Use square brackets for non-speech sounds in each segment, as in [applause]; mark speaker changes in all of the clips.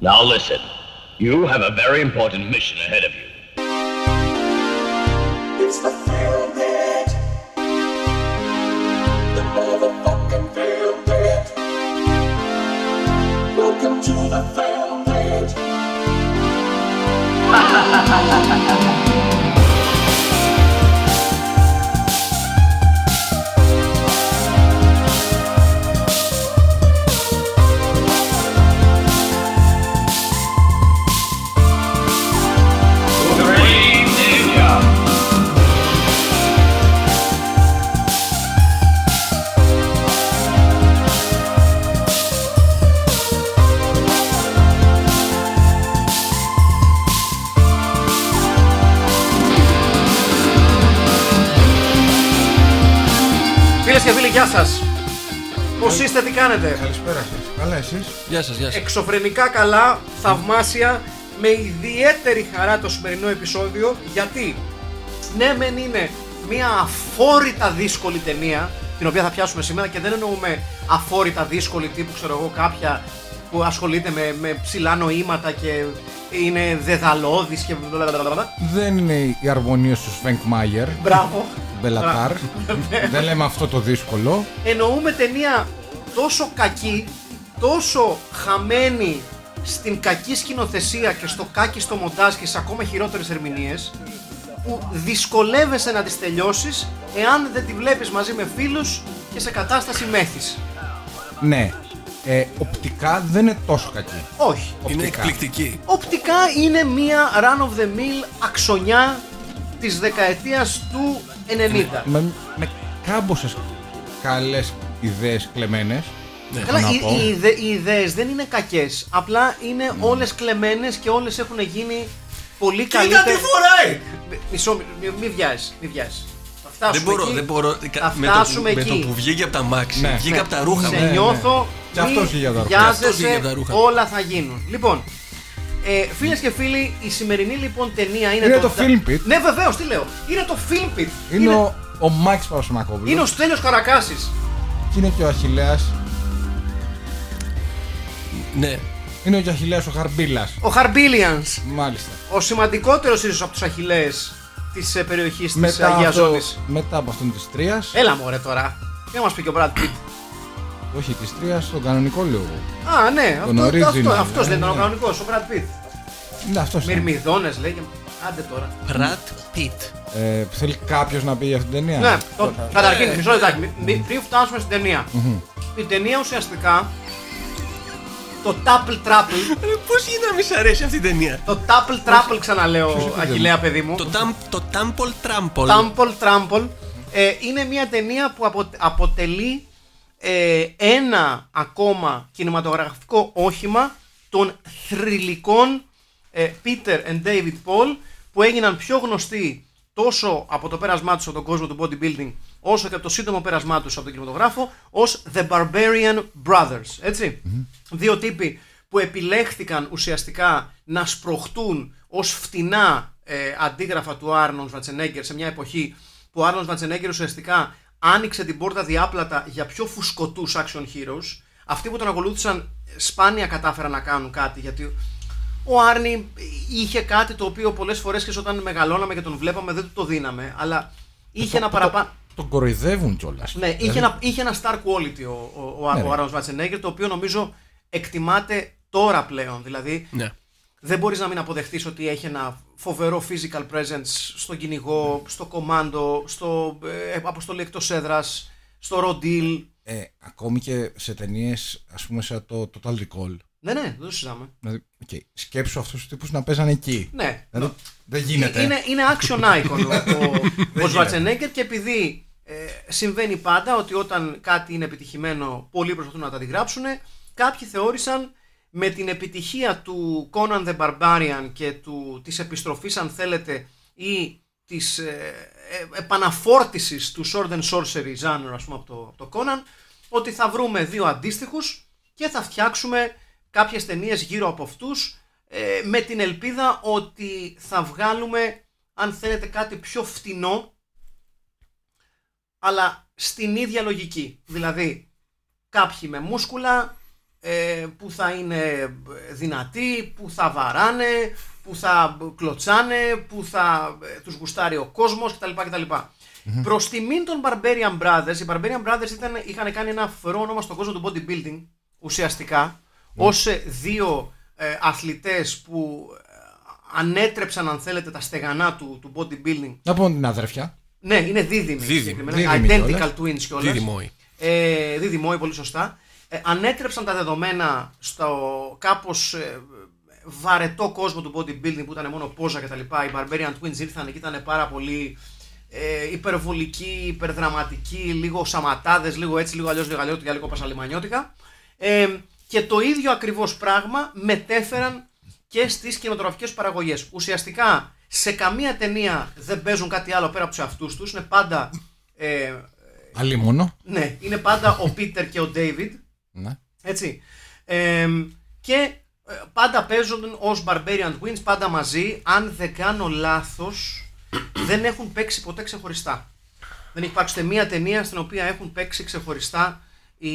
Speaker 1: Now listen, you have a very important mission ahead of you.
Speaker 2: It's the field net. The motherfucking field net. Welcome to the field net.
Speaker 3: Φίλε και φίλοι, γεια σας. Πώς είστε, τι κάνετε.
Speaker 4: Καλησπέρα σας. Καλά, εσείς.
Speaker 5: Γεια σας, γεια σας.
Speaker 3: Εξωφρενικά καλά, θαυμάσια, με ιδιαίτερη χαρά το σημερινό επεισόδιο γιατί ναι, μεν είναι μια αφόρητα δύσκολη ταινία την οποία θα πιάσουμε σήμερα και δεν εννοούμε αφόρητα δύσκολη τύπου ξέρω εγώ κάποια που ασχολείται με, με ψηλά νοήματα και είναι δεδαλώδης και blablabla.
Speaker 4: Δεν είναι οι αρμονίε του Σφενκ Μάιερ.
Speaker 3: Μπράβο. [laughs]
Speaker 4: Μπελατάρ.
Speaker 3: ναι.
Speaker 4: Δεν λέμε αυτό το δύσκολο.
Speaker 3: εννοούμε ταινία τόσο κακή, τόσο χαμένη στην κακή σκηνοθεσία και στο κάκι στο μοντάζ και σε ακόμα χειρότερες ερμηνείες που δυσκολεύεσαι να τις τελειώσεις εάν δεν τη βλέπεις μαζί με φίλους και σε κατάσταση μέθης.
Speaker 4: Ναι. Ε, οπτικά δεν είναι τόσο κακή.
Speaker 3: Όχι.
Speaker 5: Είναι
Speaker 4: Οπτικά.
Speaker 5: εκπληκτική.
Speaker 3: Οπτικά είναι μία run of the mill αξονιά της δεκαετίας του 90.
Speaker 4: Με, με κάμποσες καλές ιδέες κλεμμένες.
Speaker 5: Ναι.
Speaker 3: Καλά,
Speaker 4: να
Speaker 3: οι,
Speaker 4: πω.
Speaker 3: οι, ιδε- οι ιδέες δεν είναι κακές, απλά
Speaker 5: Ναι.
Speaker 3: είναι όλες κλεμμένες και όλες έχουν γίνει πολύ καλύτερα.
Speaker 5: φοράει!
Speaker 3: Μισό, μη, μη, μη βιάζεις, μη βιάζεις. Θα φτάσουμε
Speaker 5: Δεν μπορώ,
Speaker 3: εκεί,
Speaker 5: δεν μπορώ.
Speaker 3: Θα
Speaker 5: Με το,
Speaker 3: φτάσουμε
Speaker 5: με
Speaker 3: εκεί.
Speaker 5: το που βγήκε από τα μάξι,
Speaker 4: Ναι.
Speaker 5: βγήκε
Speaker 3: Ναι.
Speaker 5: από τα ρούχα
Speaker 3: Σε
Speaker 5: μου.
Speaker 3: νιώθω.
Speaker 4: Και αυτός βγήκε από τα ρούχα.
Speaker 3: μη
Speaker 5: Και αυτός βγήκε
Speaker 3: βιάζεσαι,
Speaker 5: από τα ρούχα.
Speaker 3: Όλα θα γίνουν. Λοιπόν, ε, φίλες και φίλοι, η σημερινή λοιπόν ταινία είναι.
Speaker 4: Είναι το Film Pit.
Speaker 3: Ναι, βεβαίως, τι λέω. Είναι το Film Pit.
Speaker 4: Είναι, ο, ο Μάξ Παπασημακόπουλο.
Speaker 3: είναι ο Στέλιος Καρακάσης.
Speaker 4: Και είναι και ο Αχηλέα.
Speaker 5: Ναι.
Speaker 4: Είναι ο Αχηλέα ο Χαρμπίλας.
Speaker 3: Ο Χαρμπίλιανς.
Speaker 4: Μάλιστα.
Speaker 3: Ο σημαντικότερος ίσως από τους αχιλλέες της ε, περιοχής της
Speaker 4: Μετά,
Speaker 3: Αγίας
Speaker 4: αυτό-
Speaker 3: Ζώνης. Ε-
Speaker 4: μετά από αυτόν της Τρίας.
Speaker 3: Έλα μωρέ τώρα. Για μας πει και ο Brad Pitt.
Speaker 4: Όχι της Τρίας, τον κανονικό λόγο.
Speaker 3: Α, ναι.
Speaker 4: Τον
Speaker 3: Αυτό,
Speaker 4: original,
Speaker 3: αυτό, αυτός
Speaker 4: ναι,
Speaker 3: δεν ήταν ο
Speaker 4: ναι.
Speaker 3: κανονικός, ο Brad Pitt.
Speaker 4: Ναι, αυτός είναι.
Speaker 3: Μυρμιδόνες λέει και... Άντε τώρα.
Speaker 5: Πρατ Πιτ.
Speaker 4: Ε, θέλει κάποιος να πει για αυτήν την ταινία.
Speaker 3: Ναι, το- καταρχήν, μισό λεπτάκι. μη- μη- Πριν φτάσουμε στην ταινία. Η ταινία ουσιαστικά το Tapple Trapple,
Speaker 5: Πώς γίνεται να μη σ' αρέσει αυτή η ταινία.
Speaker 3: το Tapple Trapple ξαναλέω, Αχιλέα παιδί μου.
Speaker 5: Το, τάμ, το Τάμπολ Τράμπολ.
Speaker 3: Τάμπολ Τράμπολ ε, είναι μια ταινία που αποτε- αποτελεί ε, ένα ακόμα κινηματογραφικό όχημα των θρηλυκών ε, Peter and David Paul που έγιναν πιο γνωστοί τόσο από το πέρασμά τους από τον κόσμο του bodybuilding όσο και από το σύντομο πέρασμά τους από τον κινηματογράφο ως The Barbarian Brothers, ετσι Δύο τύποι που επιλέχθηκαν ουσιαστικά να σπροχτούν ως φτηνά ε, αντίγραφα του Άρνον Σβατσενέγκερ σε μια εποχή που ο Άρνον Σβατσενέγκερ ουσιαστικά άνοιξε την πόρτα διάπλατα για πιο φουσκωτούς action heroes. Αυτοί που τον ακολούθησαν σπάνια κατάφεραν να κάνουν κάτι γιατί ο Άρνη είχε κάτι το οποίο πολλές φορές και όταν μεγαλώναμε και τον βλέπαμε δεν του το δίναμε αλλά είχε ένα παραπάνω...
Speaker 4: Τον κοροϊδεύουν κιόλας.
Speaker 3: Ναι, είχε ένα, είχε ένα star quality ο, ο, ο,
Speaker 4: Δηλαδή- Ναι,
Speaker 3: ο
Speaker 4: ναι.
Speaker 3: Άρνολντ Σβατσενέγκερ, το οποίο νομίζω εκτιμάται τώρα πλέον. Δηλαδή,
Speaker 5: Ναι.
Speaker 3: δεν μπορείς να μην αποδεχτείς ότι έχει ένα φοβερό physical presence στον κυνηγό, στο κομάντο, στο ε, αποστολή εκτός έδρας, στο ροντίλ.
Speaker 4: Ε, ακόμη και σε ταινίες, ας πούμε, σαν το Total Recall.
Speaker 3: Ναι, ναι, δεν το συζητάμε.
Speaker 4: Δηλαδή, okay, σκέψου αυτούς τους τύπους να παίζανε εκεί.
Speaker 3: Ναι.
Speaker 4: Δηλαδή, δεν γίνεται.
Speaker 3: Είναι, είναι action icon ο, ο, ο Schwarzenegger και επειδή ε, συμβαίνει πάντα ότι όταν κάτι είναι επιτυχημένο πολλοί προσπαθούν να τα αντιγράψουν κάποιοι θεώρησαν με την επιτυχία του Conan the Barbarian και του, της επιστροφής αν θέλετε ή της ε, ε, επαναφόρτισης του Sword and Sorcery genre ας πούμε από το, από το Conan ότι θα βρούμε δύο αντίστοιχους και θα φτιάξουμε κάποιες ταινίες γύρω από αυτούς ε, με την ελπίδα ότι θα βγάλουμε αν θέλετε κάτι πιο φτηνό αλλά στην ίδια λογική δηλαδή κάποιοι με μούσκουλα ε, που θα είναι δυνατοί, που θα βαράνε, που θα κλωτσάνε, που θα ε, τους γουστάρει ο κόσμος κτλ. κτλ. Προς τιμήν των Barbarian Brothers, οι Barbarian Brothers ήταν, είχαν κάνει ένα φρόνωμα στον κόσμο του bodybuilding ουσιαστικά
Speaker 4: Ναι.
Speaker 3: ως ε, δύο ε, αθλητές που ε, ανέτρεψαν αν θέλετε τα στεγανά του, του bodybuilding
Speaker 4: Να πούμε την αδερφιά.
Speaker 3: ναι, είναι δίδυμοι.
Speaker 5: Δίδυμοι,
Speaker 3: συγκεκριμένα.
Speaker 4: δίδυμοι
Speaker 3: Identical
Speaker 4: κιόλας.
Speaker 3: twins κιόλας.
Speaker 5: Δίδυμοι.
Speaker 3: Ε, δίδυμοι, πολύ σωστά. Ε, ανέτρεψαν τα δεδομένα στο κάπως ε, βαρετό κόσμο του bodybuilding που ήταν μόνο πόζα κτλ. Οι Barbarian Twins ήρθαν και ήταν πάρα πολύ ε, υπερβολικοί, υπερδραματικοί, λίγο σαματάδες, λίγο έτσι, λίγο αλλιώς, λίγο αλλιώτικα, λίγο πασαλιμανιώτικα. Ε, και το ίδιο ακριβώς πράγμα μετέφεραν και στις κινηματογραφικές παραγωγές. Ουσιαστικά σε καμία ταινία δεν παίζουν κάτι άλλο πέρα από τους εαυτούς τους, είναι πάντα... Ε,
Speaker 4: Αλίμονο.
Speaker 3: ναι, είναι πάντα ο Πίτερ και ο Ντέιβιντ,
Speaker 4: Ναι.
Speaker 3: έτσι. Ε, και ε, πάντα παίζουν ως Barbarian Twins, πάντα μαζί. Αν δεν κάνω λάθος, δεν έχουν παίξει ποτέ ξεχωριστά. Δεν έχει υπάρξει ούτε μία ταινία στην οποία έχουν παίξει ξεχωριστά οι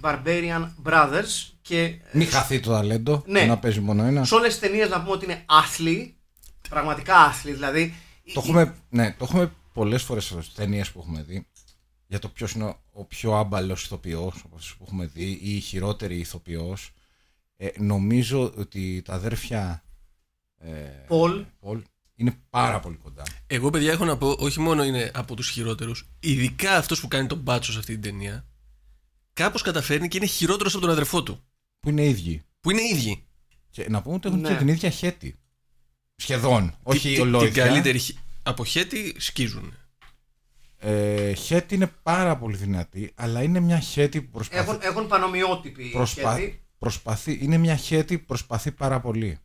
Speaker 3: Barbarian Brothers και
Speaker 4: Μην χαθεί το ταλέντο.
Speaker 3: Ναι.
Speaker 4: Να παίζει μόνο ένα.
Speaker 3: σε όλες τις ταινίες να πούμε ότι είναι άθλοι. Πραγματικά άθλοι, δηλαδή.
Speaker 4: Το έχουμε, ναι, το έχουμε πολλές φορές στις ταινίες που έχουμε δει. Για το ποιος είναι ο πιο άμπαλος ηθοποιός από αυτού που έχουμε δει ή η χειρότερη ηθοποιός. Ε, νομίζω ότι τα αδέρφια
Speaker 3: Πολ.
Speaker 4: Πολ είναι πάρα πολύ κοντά.
Speaker 5: Εγώ, παιδιά, έχω να πω, όχι μόνο είναι από τους χειρότερους, ειδικά αυτός που κάνει τον μπάτσο σε αυτή την ταινία, κάπως καταφέρνει και είναι χειρότερος από τον αδερφό του.
Speaker 4: Που είναι ίδιοι.
Speaker 5: Που είναι ίδιοι.
Speaker 4: Και να πούμε ότι έχουν
Speaker 3: Ναι.
Speaker 4: και την ίδια χέτη. Σχεδόν.
Speaker 5: Τι-
Speaker 4: όχι
Speaker 5: τι- Την
Speaker 4: ολόιδια.
Speaker 5: καλύτερη χι- από χέτη σκίζουν.
Speaker 4: Ε, χέτη είναι πάρα πολύ δυνατή, αλλά είναι μια χέτη που προσπαθεί.
Speaker 3: Έχουν, έχουν πανομοιότυποι.
Speaker 4: προσπα-
Speaker 3: σχέδι.
Speaker 4: προσπαθεί είναι μια χέτη που προσπαθεί πάρα πολύ.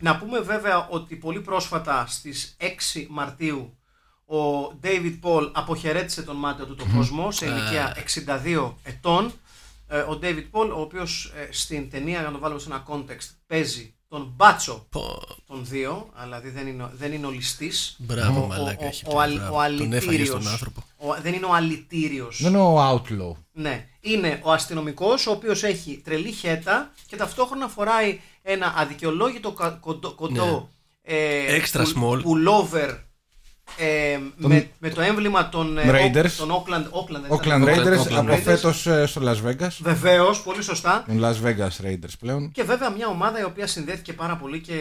Speaker 3: Να πούμε βέβαια ότι πολύ πρόσφατα στις 6 Μαρτίου ο David Paul αποχαιρέτησε τον μάταιο του τον κόσμο
Speaker 5: Ε.
Speaker 3: σε ηλικία 62 ετών. Ε, Ο David Paul, ο οποίος ε, στην ταινία, για να το βάλουμε σε ένα context, παίζει τον μπάτσο
Speaker 5: Πω,
Speaker 3: των δύο, δηλαδή δεν είναι, δεν είναι ο ληστής.
Speaker 5: Μπράβο,
Speaker 3: Ο-
Speaker 5: μαλάκα. έχει
Speaker 3: ο, ο,
Speaker 5: πλάκα,
Speaker 3: αλ-
Speaker 5: μπράβο.
Speaker 3: ο
Speaker 5: Τον έφαγες
Speaker 3: αλητήριος.
Speaker 5: στον άνθρωπο.
Speaker 3: Ο- δεν είναι ο αλητήριος.
Speaker 4: Δεν είναι ο outlaw.
Speaker 3: Ναι. Είναι ο αστυνομικός, ο οποίος έχει τρελή χέτα και ταυτόχρονα φοράει ένα αδικαιολόγητο κα- κοντό, κοντό ε,
Speaker 5: Ναι. Extra
Speaker 3: πουλ-
Speaker 5: small.
Speaker 3: pullover ε, με, με το έμβλημα των, ε,
Speaker 4: Raiders.
Speaker 3: Oak- των Oakland, Oakland, δεν ήταν,
Speaker 4: Oakland Raiders
Speaker 5: Oakland
Speaker 4: από
Speaker 5: Raiders.
Speaker 4: φέτος στο Las Vegas.
Speaker 3: Βεβαίως, πολύ σωστά.
Speaker 4: Των Las Vegas Raiders πλέον.
Speaker 3: Και βέβαια μια ομάδα η οποία συνδέθηκε πάρα πολύ και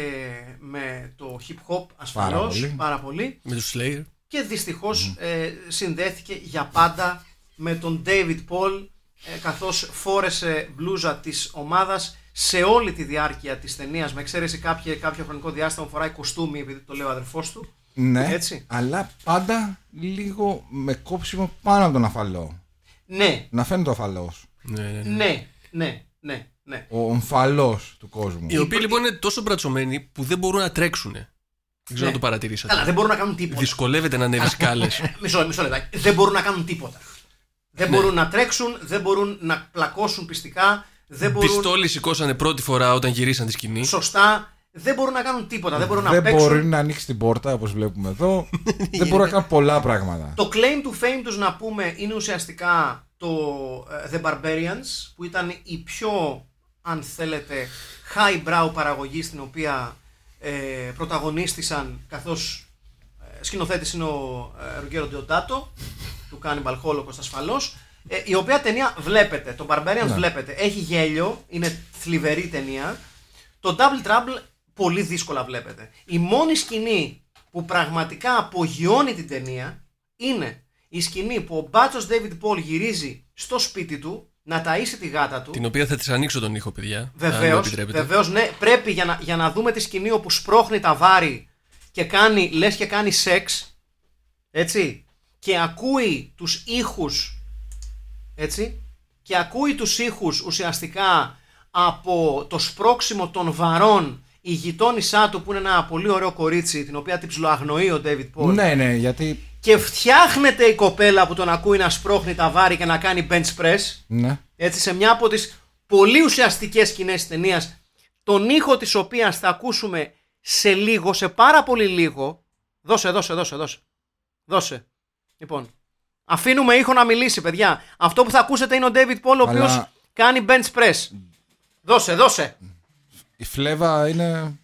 Speaker 3: με το hip hop ασφαλώ.
Speaker 4: Πάρα πολύ.
Speaker 3: πάρα πολύ.
Speaker 5: Με τους Slayer.
Speaker 3: και δυστυχώς ε, συνδέθηκε για πάντα με τον David Paul ε, καθώς φόρεσε μπλούζα της ομάδας σε όλη τη διάρκεια της ταινίας, με εξαίρεση κάποιο, κάποιο χρονικό διάστημα που φοράει κοστούμι επειδή το λέει ο αδερφός του
Speaker 4: Ναι,
Speaker 3: Έτσι.
Speaker 4: αλλά πάντα λίγο με κόψιμο πάνω από τον αφαλό.
Speaker 3: ναι,
Speaker 4: Να φαίνεται ο αφαλός.
Speaker 5: Ναι, ναι, ναι.
Speaker 3: ναι, ναι, ναι, ναι
Speaker 4: Ο ομφαλός του κόσμου.
Speaker 5: Οι οποίοι λοιπόν είναι τόσο μπρατσωμένοι που δεν μπορούν να τρέξουν. Δεν ξέρω
Speaker 3: Ναι.
Speaker 5: αν το παρατηρήσατε.
Speaker 3: καλά δεν μπορούν να κάνουν τίποτα
Speaker 5: Δυσκολεύεται να ανέβεις σκάλες.
Speaker 3: μισό, μισό λεπτάκι. Δεν μπορούν να κάνουν τίποτα. Δεν μπορούν να τρέξουν, δεν μπορούν να πλακώσουν πιστικά, δεν [laughs] μπορούν
Speaker 5: Πιστόλι σηκώσανε πρώτη φορά όταν γυρίσαν τη σκηνή.
Speaker 3: σωστά, δεν μπορούν να κάνουν τίποτα, δεν μπορούν να
Speaker 4: Δεν
Speaker 3: παίξουν.
Speaker 4: μπορεί να ανοίξει την πόρτα όπως βλέπουμε
Speaker 3: [laughs]
Speaker 4: εδώ. Δεν μπορεί να κάνει πολλά πράγματα.
Speaker 3: Το claim to fame τους να πούμε είναι ουσιαστικά το ε, The Barbarians που ήταν η πιο αν θέλετε highbrow παραγωγή στην οποία ε, πρωταγωνίστησαν καθώς ε, σκηνοθέτης είναι ο ε, Ρουγέρο Ντεοντάτο του Cannibal Holocaust ασφαλώς ε, η οποία ταινία βλέπετε, το Barbarians βλέπετε, έχει γέλιο, είναι θλιβερή ταινία το Double Trouble πολύ δύσκολα βλέπετε. Η μόνη σκηνή που πραγματικά απογειώνει την ταινία είναι η σκηνή που ο μπάτσος David Paul γυρίζει στο σπίτι του να ταΐσει τη γάτα του.
Speaker 5: Την οποία θα της ανοίξω τον ήχο, παιδιά. αν μου
Speaker 3: Βεβαίως,
Speaker 5: επιτρέπετε.
Speaker 3: βεβαίως, ναι, πρέπει για να, για να δούμε τη σκηνή όπου σπρώχνει τα βάρη και κάνει, λες και κάνει σεξ, έτσι, και ακούει τους ήχους, έτσι, και ακούει τους ήχους ουσιαστικά από το σπρώξιμο των βαρών η γειτόνισά του που είναι ένα πολύ ωραίο κορίτσι την οποία την ψιλοαγνοεί ο David Paul
Speaker 4: Ναι, ναι, γιατί.
Speaker 3: και φτιάχνεται η κοπέλα που τον ακούει να σπρώχνει τα βάρη και να κάνει bench press
Speaker 4: Ναι.
Speaker 3: έτσι σε μια από τις πολύ ουσιαστικές σκηνές της ταινίας τον ήχο της οποίας θα ακούσουμε σε λίγο, σε πάρα πολύ λίγο δώσε, δώσε, δώσε, δώσε δώσε, λοιπόν αφήνουμε ήχο να μιλήσει παιδιά αυτό που θα ακούσετε είναι ο David Paul ο
Speaker 4: Αλλά-
Speaker 3: οποίος κάνει bench press Δώσε, δώσε.
Speaker 4: Η φλέβα είναι.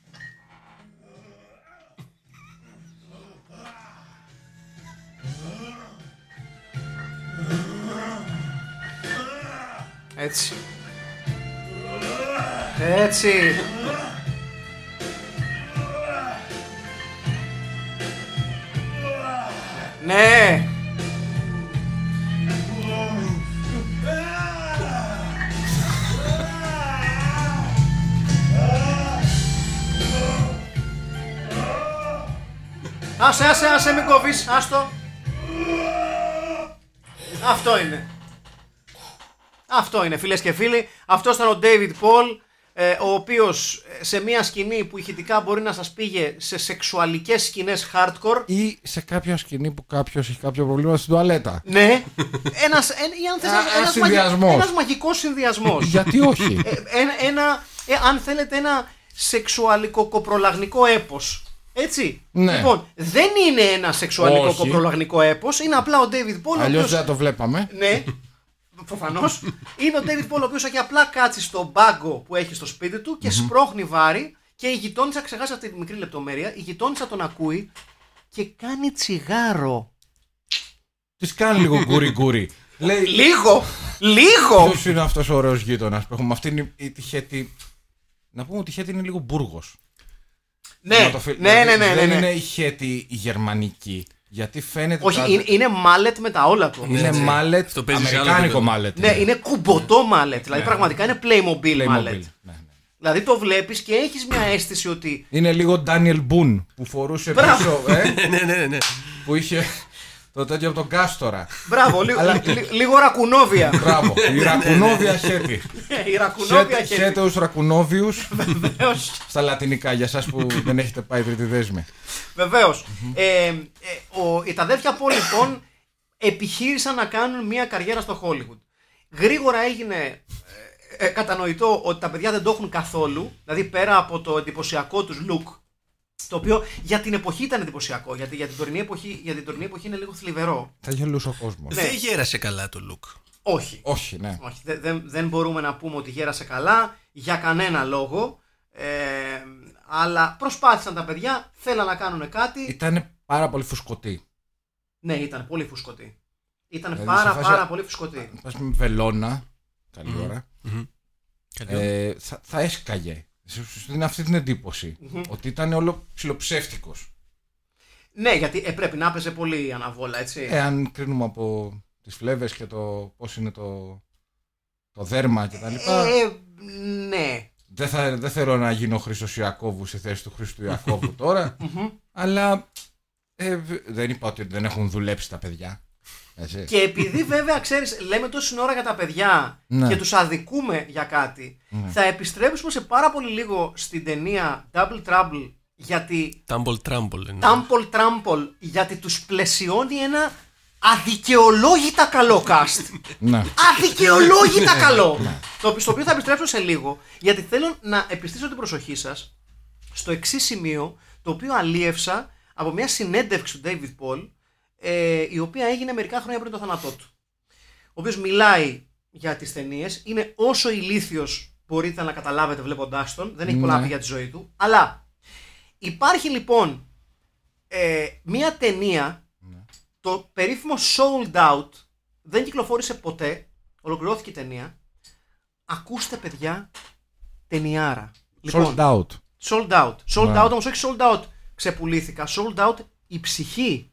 Speaker 3: Έτσι. Έτσι. Ναι. Άσε, άσε, άσε, μην κόβεις, άστο. Αυτό είναι. Αυτό είναι φίλες και φίλοι. Αυτό ήταν ο David Paul, ε, ο οποίος σε μια σκηνή που ηχητικά μπορεί να σας πήγε σε σεξουαλικές σκηνές hardcore.
Speaker 4: ή σε κάποια σκηνή που κάποιος έχει κάποιο πρόβλημα στην τουαλέτα. [laughs]
Speaker 3: Ναι, ένας, εν, ή αν θες,
Speaker 4: Α,
Speaker 3: ένας,
Speaker 4: α,
Speaker 3: ένας,
Speaker 4: συνδυασμός.
Speaker 3: ένας μαγικός συνδυασμός.
Speaker 4: Γιατί όχι.
Speaker 3: Ε, ένα, ένα- ε, αν θέλετε, ένα σεξουαλικό κοπρολαγνικό έπος. Έτσι.
Speaker 4: Ναι.
Speaker 3: Λοιπόν, δεν είναι ένα σεξουαλικό
Speaker 4: Όχι.
Speaker 3: κοπρολαγνικό έπος, είναι απλά ο David Paul. ο
Speaker 4: Αλλιώς
Speaker 3: οποίος-
Speaker 4: δεν θα το βλέπαμε.
Speaker 3: ναι, προφανώς. είναι ο David Paul ο οποίος έχει απλά κάτσει στον μπάγκο που έχει στο σπίτι του και σπρώχνει βάρη και η γειτόνισσα, ξεχάσα αυτή τη μικρή λεπτομέρεια, η γειτόνισσα τον ακούει και κάνει τσιγάρο.
Speaker 4: Της κάνει λίγο γκουρι γκουρι.
Speaker 3: Λοιπόν.
Speaker 4: Λέει,
Speaker 3: Λίγο! Λίγο!
Speaker 4: ποιος είναι αυτός ο ωραίος γείτονας που έχουμε. Αυτή είναι η τυχέτη. Να πούμε ότι η Χέτη είναι λίγο μπούργος.
Speaker 3: ναι, ναι, ναι, ναι, ναι,
Speaker 4: δηλαδή, Δεν
Speaker 3: ναι.
Speaker 4: είναι η Χέτη η γερμανική. Γιατί φαίνεται. τα-
Speaker 3: Όχι, είναι, είναι μάλετ με τα όλα του.
Speaker 4: είναι
Speaker 5: Ναι, ναι.
Speaker 4: μάλετ.
Speaker 5: Αυτό παίζει σε άλλο
Speaker 4: Αμερικάνικο
Speaker 5: επίπεδο.
Speaker 4: μάλετ.
Speaker 3: Ναι, είναι κουμποτό μάλετ. Δηλαδή πραγματικά είναι Playmobil
Speaker 4: Ναι. Playmobil.
Speaker 3: μάλετ.
Speaker 4: Ναι, ναι.
Speaker 3: Δηλαδή το βλέπεις και έχεις μια αίσθηση ότι.
Speaker 4: Είναι λίγο Daniel Boone που φορούσε
Speaker 3: Μπράβο.
Speaker 4: πίσω. ε,
Speaker 5: [laughs] ναι, ναι, ναι.
Speaker 4: που είχε το τέτοιο από τον Κάστορα.
Speaker 3: Μπράβο, λίγο, λι- λίγο
Speaker 4: [laughs]
Speaker 3: ρακουνόβια.
Speaker 4: Μπράβο. Η Ρακουνόβια Χέτη.
Speaker 3: Η Ναι, ρακουνόβια
Speaker 4: Χέτε-
Speaker 3: έχει.
Speaker 4: Χέτεους Ρακουνόβιους
Speaker 3: [laughs] Βεβαίως.
Speaker 4: στα λατινικά για εσά που δεν έχετε πάει τρίτη δέσμη.
Speaker 3: Βεβαίως. Ε, ε, ο- οι- τα αδέρφια Πολ λοιπόν επιχείρησαν να κάνουν μια καριέρα στο Hollywood. Γρήγορα έγινε ε, ε, κατανοητό ότι τα παιδιά δεν το έχουν καθόλου. Δηλαδή πέρα από το εντυπωσιακό τους look, το οποίο για την εποχή ήταν εντυπωσιακό, γιατί για την τωρινή εποχή, για την τωρινή εποχή είναι λίγο θλιβερό.
Speaker 4: Θα γελούσε ο κόσμος.
Speaker 3: Ναι.
Speaker 5: Δεν γέρασε καλά το look.
Speaker 3: Όχι.
Speaker 4: Όχι, ναι.
Speaker 3: Όχι, δε- δεν, δεν μπορούμε να πούμε ότι γέρασε καλά για κανένα λόγο. Ε, αλλά προσπάθησαν τα παιδιά, θέλαν να κάνουν κάτι.
Speaker 4: Ήταν πάρα πολύ φουσκωτή.
Speaker 3: Ναι, ήταν πολύ φουσκωτή. Ήταν
Speaker 4: Δηλαδή,
Speaker 3: πάρα
Speaker 4: σε φάση-
Speaker 3: πάρα πολύ φουσκωτή.
Speaker 4: Πα με βελόνα. Καλή ώρα.
Speaker 5: Καλό.
Speaker 4: Ε, θα, θα έσκαγε. Σου- σου δίνει αυτή την εντυπωση Ότι ήταν όλο ψιλοψεύτικος.
Speaker 3: Ναι, γιατί ε, πρέπει να παίζε πολύ η αναβόλα, έτσι.
Speaker 4: Εάν κρίνουμε από τις φλέβες και το πώς είναι το, το δέρμα κτλ.
Speaker 3: Ε, ναι.
Speaker 4: Δεν, θα, δεν θέλω να γίνω Χρήστος Ιακώβου στη θέση του Χρήστου Ιακώβου τώρα. αλλά ε, β- δεν είπα ότι δεν έχουν δουλέψει τα παιδιά. Έτσι.
Speaker 3: Και επειδή βέβαια, ξέρεις, λέμε τόση ώρα για τα παιδιά
Speaker 4: Ναι.
Speaker 3: και τους αδικούμε για κάτι, θα επιστρέψουμε σε πάρα πολύ λίγο στην ταινία Double Trouble, γιατί
Speaker 5: Tumble Trumble. εννοώ.
Speaker 3: Tumble Trample, γιατί τους πλαισιώνει ένα αδικαιολόγητα καλό cast.
Speaker 4: Ναι.
Speaker 3: Αδικαιολόγητα καλό! το, στο οποίο θα επιστρέψω σε λίγο, γιατί θέλω να επιστήσω την προσοχή σας στο εξής σημείο, το οποίο αλίευσα από μια συνέντευξη του David Paul, ε, η οποία έγινε μερικά χρόνια πριν το θάνατό του. Ο οποίος μιλάει για τις ταινίες, είναι όσο ηλίθιος μπορείτε να καταλάβετε βλέποντάς τον, δεν έχει πολλά να
Speaker 4: Ναι.
Speaker 3: πει για τη ζωή του, αλλά υπάρχει λοιπόν ε, μια ταινία το περίφημο Sold Out δεν κυκλοφόρησε ποτέ. Ολοκληρώθηκε η ταινία. Ακούστε, παιδιά, ταινιάρα. Λοιπόν.
Speaker 4: Sold out.
Speaker 3: Sold out. Sold
Speaker 4: Ναι.
Speaker 3: out, όμως όχι sold out. Ξεπουλήθηκα. Sold out η ψυχή.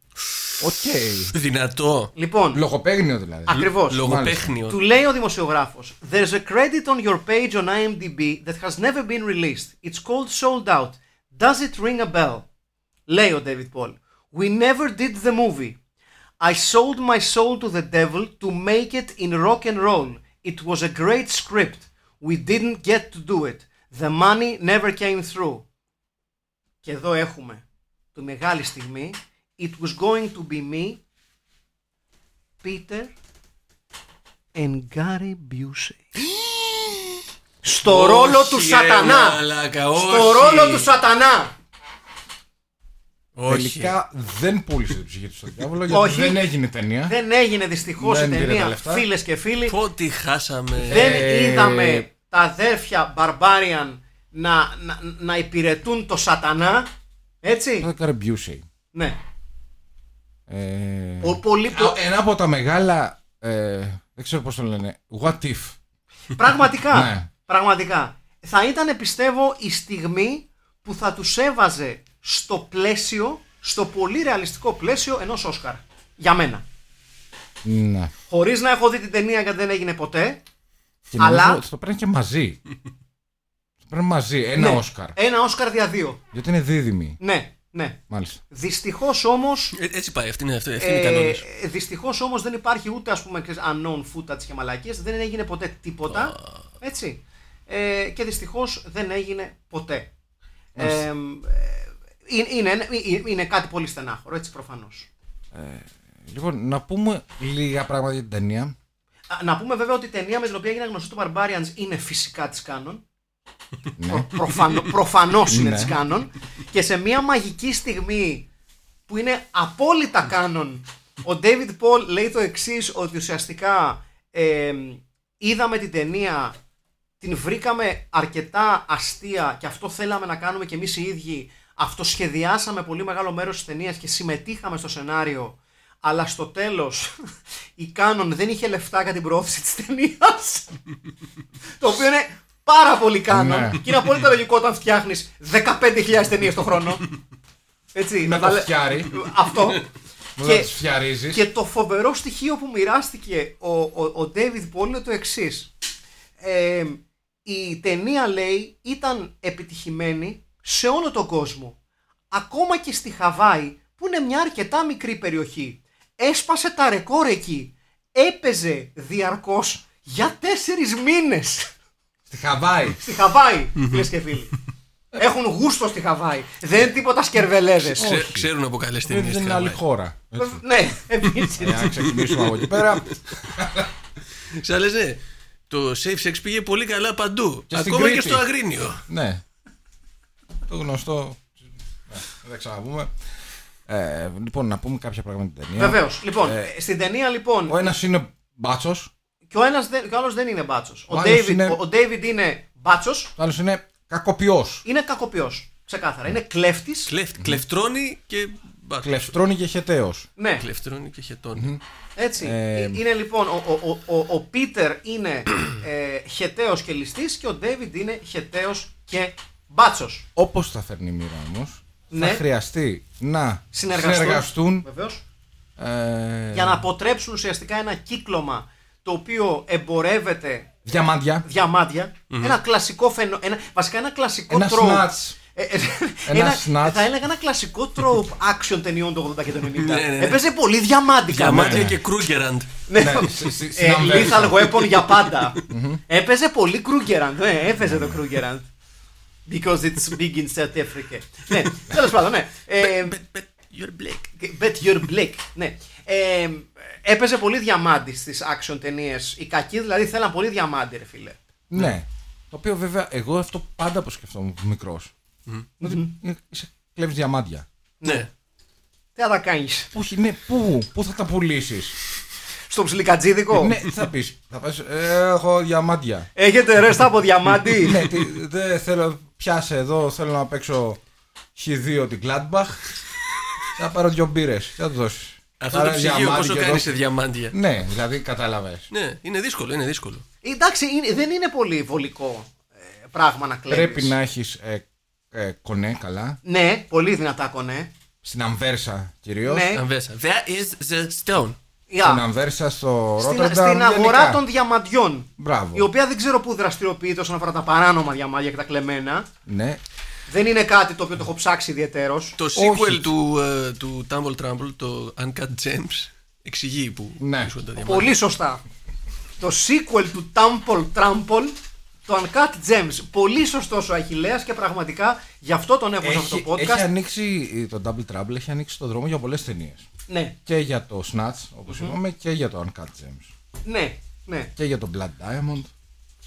Speaker 4: Οκ.
Speaker 5: Δυνατό.
Speaker 3: Λοιπόν,
Speaker 4: Λογοπαίγνιο δηλαδή.
Speaker 3: ακριβώς.
Speaker 5: Λογοπαίχνιο.
Speaker 3: Του λέει ο δημοσιογράφος There's a credit on your page on IMDb that has never been released. It's called Sold Out. Does it ring a bell? Λέει ο David Paul. We never did the movie. I sold my soul to the devil to make it in rock and roll. It was a great script. We didn't get to do it. The money never came through. Και εδώ έχουμε τη μεγάλη στιγμή. It was going to be me, Peter and Gary Busey. Στο ρόλο του
Speaker 5: Όχι, ρε,
Speaker 3: σατανά.
Speaker 5: μαλάκα,
Speaker 3: Στο
Speaker 5: όχι.
Speaker 3: ρόλο του σατανά.
Speaker 5: Όχι.
Speaker 4: Τελικά δεν πούλησε την ψυχή του στον διάβολο γιατί
Speaker 3: Όχι.
Speaker 4: δεν έγινε ταινία.
Speaker 3: Δεν έγινε δυστυχώς η
Speaker 4: Δεν πήρε τα
Speaker 3: ταινία,
Speaker 4: λεφτά.
Speaker 3: φίλες και φίλοι.
Speaker 5: Πότε χάσαμε.
Speaker 3: Δεν είδαμε τα αδέρφια Barbarian να, να, να υπηρετούν το σατανά. Έτσι.
Speaker 4: Το έκανε Busey.
Speaker 3: Ναι.
Speaker 4: Ε,
Speaker 3: Ο πολύ...
Speaker 4: Α, Ένα από τα μεγάλα. ε, δεν ξέρω πώς το λένε. What if.
Speaker 3: Πραγματικά.
Speaker 4: Ναι.
Speaker 3: Πραγματικά. Θα ήταν, πιστεύω, η στιγμή που θα τους έβαζε στο πλαίσιο, στο πολύ ρεαλιστικό πλαίσιο ενός Όσκαρ. Για μένα.
Speaker 4: Ναι.
Speaker 3: Χωρίς να έχω δει την ταινία γιατί δεν έγινε ποτέ.
Speaker 4: Και
Speaker 3: Αλλά-
Speaker 4: νομίζω ότι το παίρνει και μαζί. το παίρνει μαζί. Ένα
Speaker 3: Ναι.
Speaker 4: Όσκαρ.
Speaker 3: Ένα Όσκαρ δια δύο.
Speaker 4: Γιατί είναι δίδυμη.
Speaker 3: Ναι, ναι.
Speaker 4: Μάλιστα.
Speaker 3: Δυστυχώς όμως...
Speaker 5: Ε, έτσι πάει. Αυτή είναι, αυτή, αυτή είναι οι
Speaker 3: Ε,
Speaker 5: κανόνες.
Speaker 3: δυστυχώς όμως δεν υπάρχει ούτε ας πούμε ξέρεις, unknown footage και μαλακίες δεν έγινε ποτέ τίποτα έτσι ε, και δυστυχώς δεν έγινε ποτέ ε, ε, είναι, είναι, είναι κάτι πολύ στενάχωρο έτσι προφανώς
Speaker 4: Λοιπόν, να πούμε λίγα πράγματα για την ταινία.
Speaker 3: Α, να πούμε βέβαια ότι η ταινία με την οποία έγινε γνωστή το Barbarians είναι φυσικά της Κάνων
Speaker 4: ναι.
Speaker 3: Προφανώ, προφανώς είναι
Speaker 4: Ναι.
Speaker 3: της Κάνων και σε μια μαγική στιγμή που είναι απόλυτα Κάνων ο David Paul λέει το εξής ότι ουσιαστικά ε, είδαμε την ταινία την βρήκαμε αρκετά αστεία και αυτό θέλαμε να κάνουμε και εμείς οι ίδιοι αυτό σχεδιάσαμε πολύ μεγάλο μέρος της ταινίας και συμμετείχαμε στο σενάριο αλλά στο τέλος [laughs] η Κάνον δεν είχε λεφτά για την προώθηση της
Speaker 4: [laughs]
Speaker 3: ταινίας το οποίο είναι πάρα πολύ Κάνον
Speaker 4: Ναι.
Speaker 3: και είναι απόλυτα λογικό όταν φτιάχνεις 15.000 ταινίες το
Speaker 4: [laughs]
Speaker 3: χρόνο έτσι,
Speaker 4: Με
Speaker 3: να
Speaker 4: το
Speaker 3: λέ-
Speaker 4: φτιάρι.
Speaker 3: αυτό
Speaker 4: Μετά
Speaker 3: και,
Speaker 4: τις φτιαρίζεις.
Speaker 3: και το φοβερό στοιχείο που μοιράστηκε ο, ο, ο David Paul είναι το εξής. Ε, η ταινία λέει ήταν επιτυχημένη σε όλο τον κόσμο. Ακόμα και στη Χαβάη που είναι μια αρκετά μικρή περιοχή. Έσπασε τα ρεκόρ εκεί. Έπαιζε διαρκώς για τέσσερις μήνες
Speaker 4: Στη Χαβάη.
Speaker 3: στη Χαβάη, φίλε και φίλοι. Έχουν γούστο στη Χαβάη. Δεν είναι τίποτα σκερβελέδες.
Speaker 5: Ξε, ξέρουν από
Speaker 3: Ε,
Speaker 5: καλέ
Speaker 4: Δεν
Speaker 5: ταινίες.
Speaker 4: είναι άλλη χώρα. Έτσι.
Speaker 3: ναι, επίσης.
Speaker 4: Για να ξεκινήσουμε από εκεί πέρα.
Speaker 5: Σαν λες, ναι, το safe sex πήγε πολύ καλά παντού.
Speaker 4: Και στην
Speaker 5: Ακόμα και
Speaker 4: Κρήτη.
Speaker 5: στο Αγρίνιο.
Speaker 4: Ναι. Το γνωστό. Ναι, δεν ξαναπούμε. Ε, λοιπόν, να πούμε κάποια πράγματα για την ταινία.
Speaker 3: Βεβαίως. Λοιπόν, ε, στην ταινία λοιπόν.
Speaker 4: Ο ένας είναι μπάτσος,
Speaker 3: Και ο ένας δεν, και ο άλλος δεν είναι μπάτσος. Ο,
Speaker 4: Ο άλλος
Speaker 3: David,
Speaker 4: είναι-
Speaker 3: ο, ο David είναι μπάτσος,
Speaker 4: ο άλλος είναι κακοποιός.
Speaker 3: είναι κακοποιός. Ξεκάθαρα. Είναι κλέφτης.
Speaker 5: Κλεφτ, κλεφτρώνει και. μπα,
Speaker 4: Κλεφτρώνει και χεταίος.
Speaker 3: Ναι,
Speaker 5: Κλεφτρώνει και χετώνει.
Speaker 3: έτσι. Ε,
Speaker 4: Ε,
Speaker 3: Είναι λοιπόν. Ο, ο, ο, ο, ο Peter είναι ε, χεταίος και ληστής και ο David είναι χεταίος και μπάτσος.
Speaker 4: Όπως θα φέρνει η μοίρα όμως,
Speaker 3: Ναι.
Speaker 4: θα χρειαστεί να
Speaker 3: Συνεργαστούν.
Speaker 4: συνεργαστούν,
Speaker 3: Βεβαίως.
Speaker 4: ε,
Speaker 3: Για να αποτρέψουν ουσιαστικά ένα κύκλωμα το οποίο εμπορεύεται
Speaker 4: διαμάντια.
Speaker 3: διαμάντια. Ένα κλασικό φαινόμενο. Ένα, βασικά ένα κλασικό
Speaker 4: Ένα
Speaker 3: τρόπο.
Speaker 4: snatch.
Speaker 3: Ε, ε,
Speaker 4: Ένα snatch.
Speaker 3: θα έλεγα ένα κλασικό trope action ταινιών του 80 και του 90.
Speaker 5: Ναι, ναι, ναι.
Speaker 3: Έπαιζε πολύ διαμάντικα.
Speaker 5: Διαμάντια και κρούγκεραντ.
Speaker 3: Ναι.
Speaker 4: Ναι, σ- σ-
Speaker 3: Ε,
Speaker 4: συναμβέρισα.
Speaker 3: Lethal Weapon για πάντα. Έπαιζε πολύ Krugerrand. Ναι, έπαιζε το Krugerrand. Because it's big in South Africa. ναι, τέλος πάντων, ναι. Ε,
Speaker 5: You're black.
Speaker 3: bet your black. Ναι. Ε, έπαιζε πολύ διαμάντι στις action ταινίες. Οι κακοί δηλαδή θέλαν πολύ διαμάντι, ρε φίλε.
Speaker 4: Ναι. Το οποίο βέβαια εγώ αυτό πάντα που σκεφτόμουν μικρό. Ότι ε, είσαι κλέβεις διαμάντια.
Speaker 5: Ναι.
Speaker 3: Τι θα τα κάνεις.
Speaker 4: Όχι, ναι, πού, πού θα τα πουλήσεις.
Speaker 3: Στο ψιλικατζίδικο.
Speaker 4: Ναι, τι θα πεις. Θα πας, «Ε, έχω διαμάντια.
Speaker 3: Έχετε ρέστα από διαμάντι.
Speaker 4: ναι, τι- δεν θέλω, πιάσε εδώ, θέλω να παίξω χ2 την Gladbach. θα πάρω δυο μπύρες. Θα το δώσεις.
Speaker 5: Αυτό το ψυγείο πόσο κάνεις σε διαμάντια.
Speaker 4: Ναι, δηλαδή κατάλαβε.
Speaker 5: Ναι, είναι δύσκολο, είναι δύσκολο.
Speaker 3: Εντάξει, είναι- δεν είναι πολύ βολικό ε, πράγμα να κλέβεις.
Speaker 4: Πρέπει να έχεις ε, ε, κονέ καλά.
Speaker 3: Ναι, πολύ δυνατά κονέ.
Speaker 4: Στην Αμβέρσα κυρίως.
Speaker 3: Ναι.
Speaker 5: Αμβέσα. That is the stone.
Speaker 3: Γεια.
Speaker 4: Ε, Στην Αμβέρσα στο
Speaker 3: Στην,
Speaker 4: Ρότερνταμ.
Speaker 3: στην
Speaker 4: γενικά.
Speaker 3: αγορά των διαμαντιών.
Speaker 4: Μπράβο.
Speaker 3: Η οποία δεν ξέρω πού δραστηριοποιείται όσον αφορά τα παράνομα διαμάντια και τα κλεμμένα.
Speaker 4: Ναι.
Speaker 3: Δεν είναι κάτι το οποίο το έχω ψάξει ιδιαίτερος.
Speaker 5: Το sequel του, ε, του Tumble Trumble, το Uncut Gems, εξηγεί που
Speaker 4: Ναι.
Speaker 5: βρίσκονται τα διαμάντια.
Speaker 3: Πολύ σωστά. Το sequel του Temple Trample, το Uncut Gems. Πολύ σωστός ο Αχηλέα και πραγματικά γι' αυτό τον έχω σε αυτό
Speaker 4: Έχει,
Speaker 3: το podcast.
Speaker 4: έχει ανοίξει ε, το Double Trouble, έχει ανοίξει το δρόμο για πολλές ταινίες.
Speaker 3: Ναι,
Speaker 4: Και για το Snatch, όπως είπαμε, και για το Uncut Gems.
Speaker 3: ναι, ναι.
Speaker 4: Και για το Blood Diamond.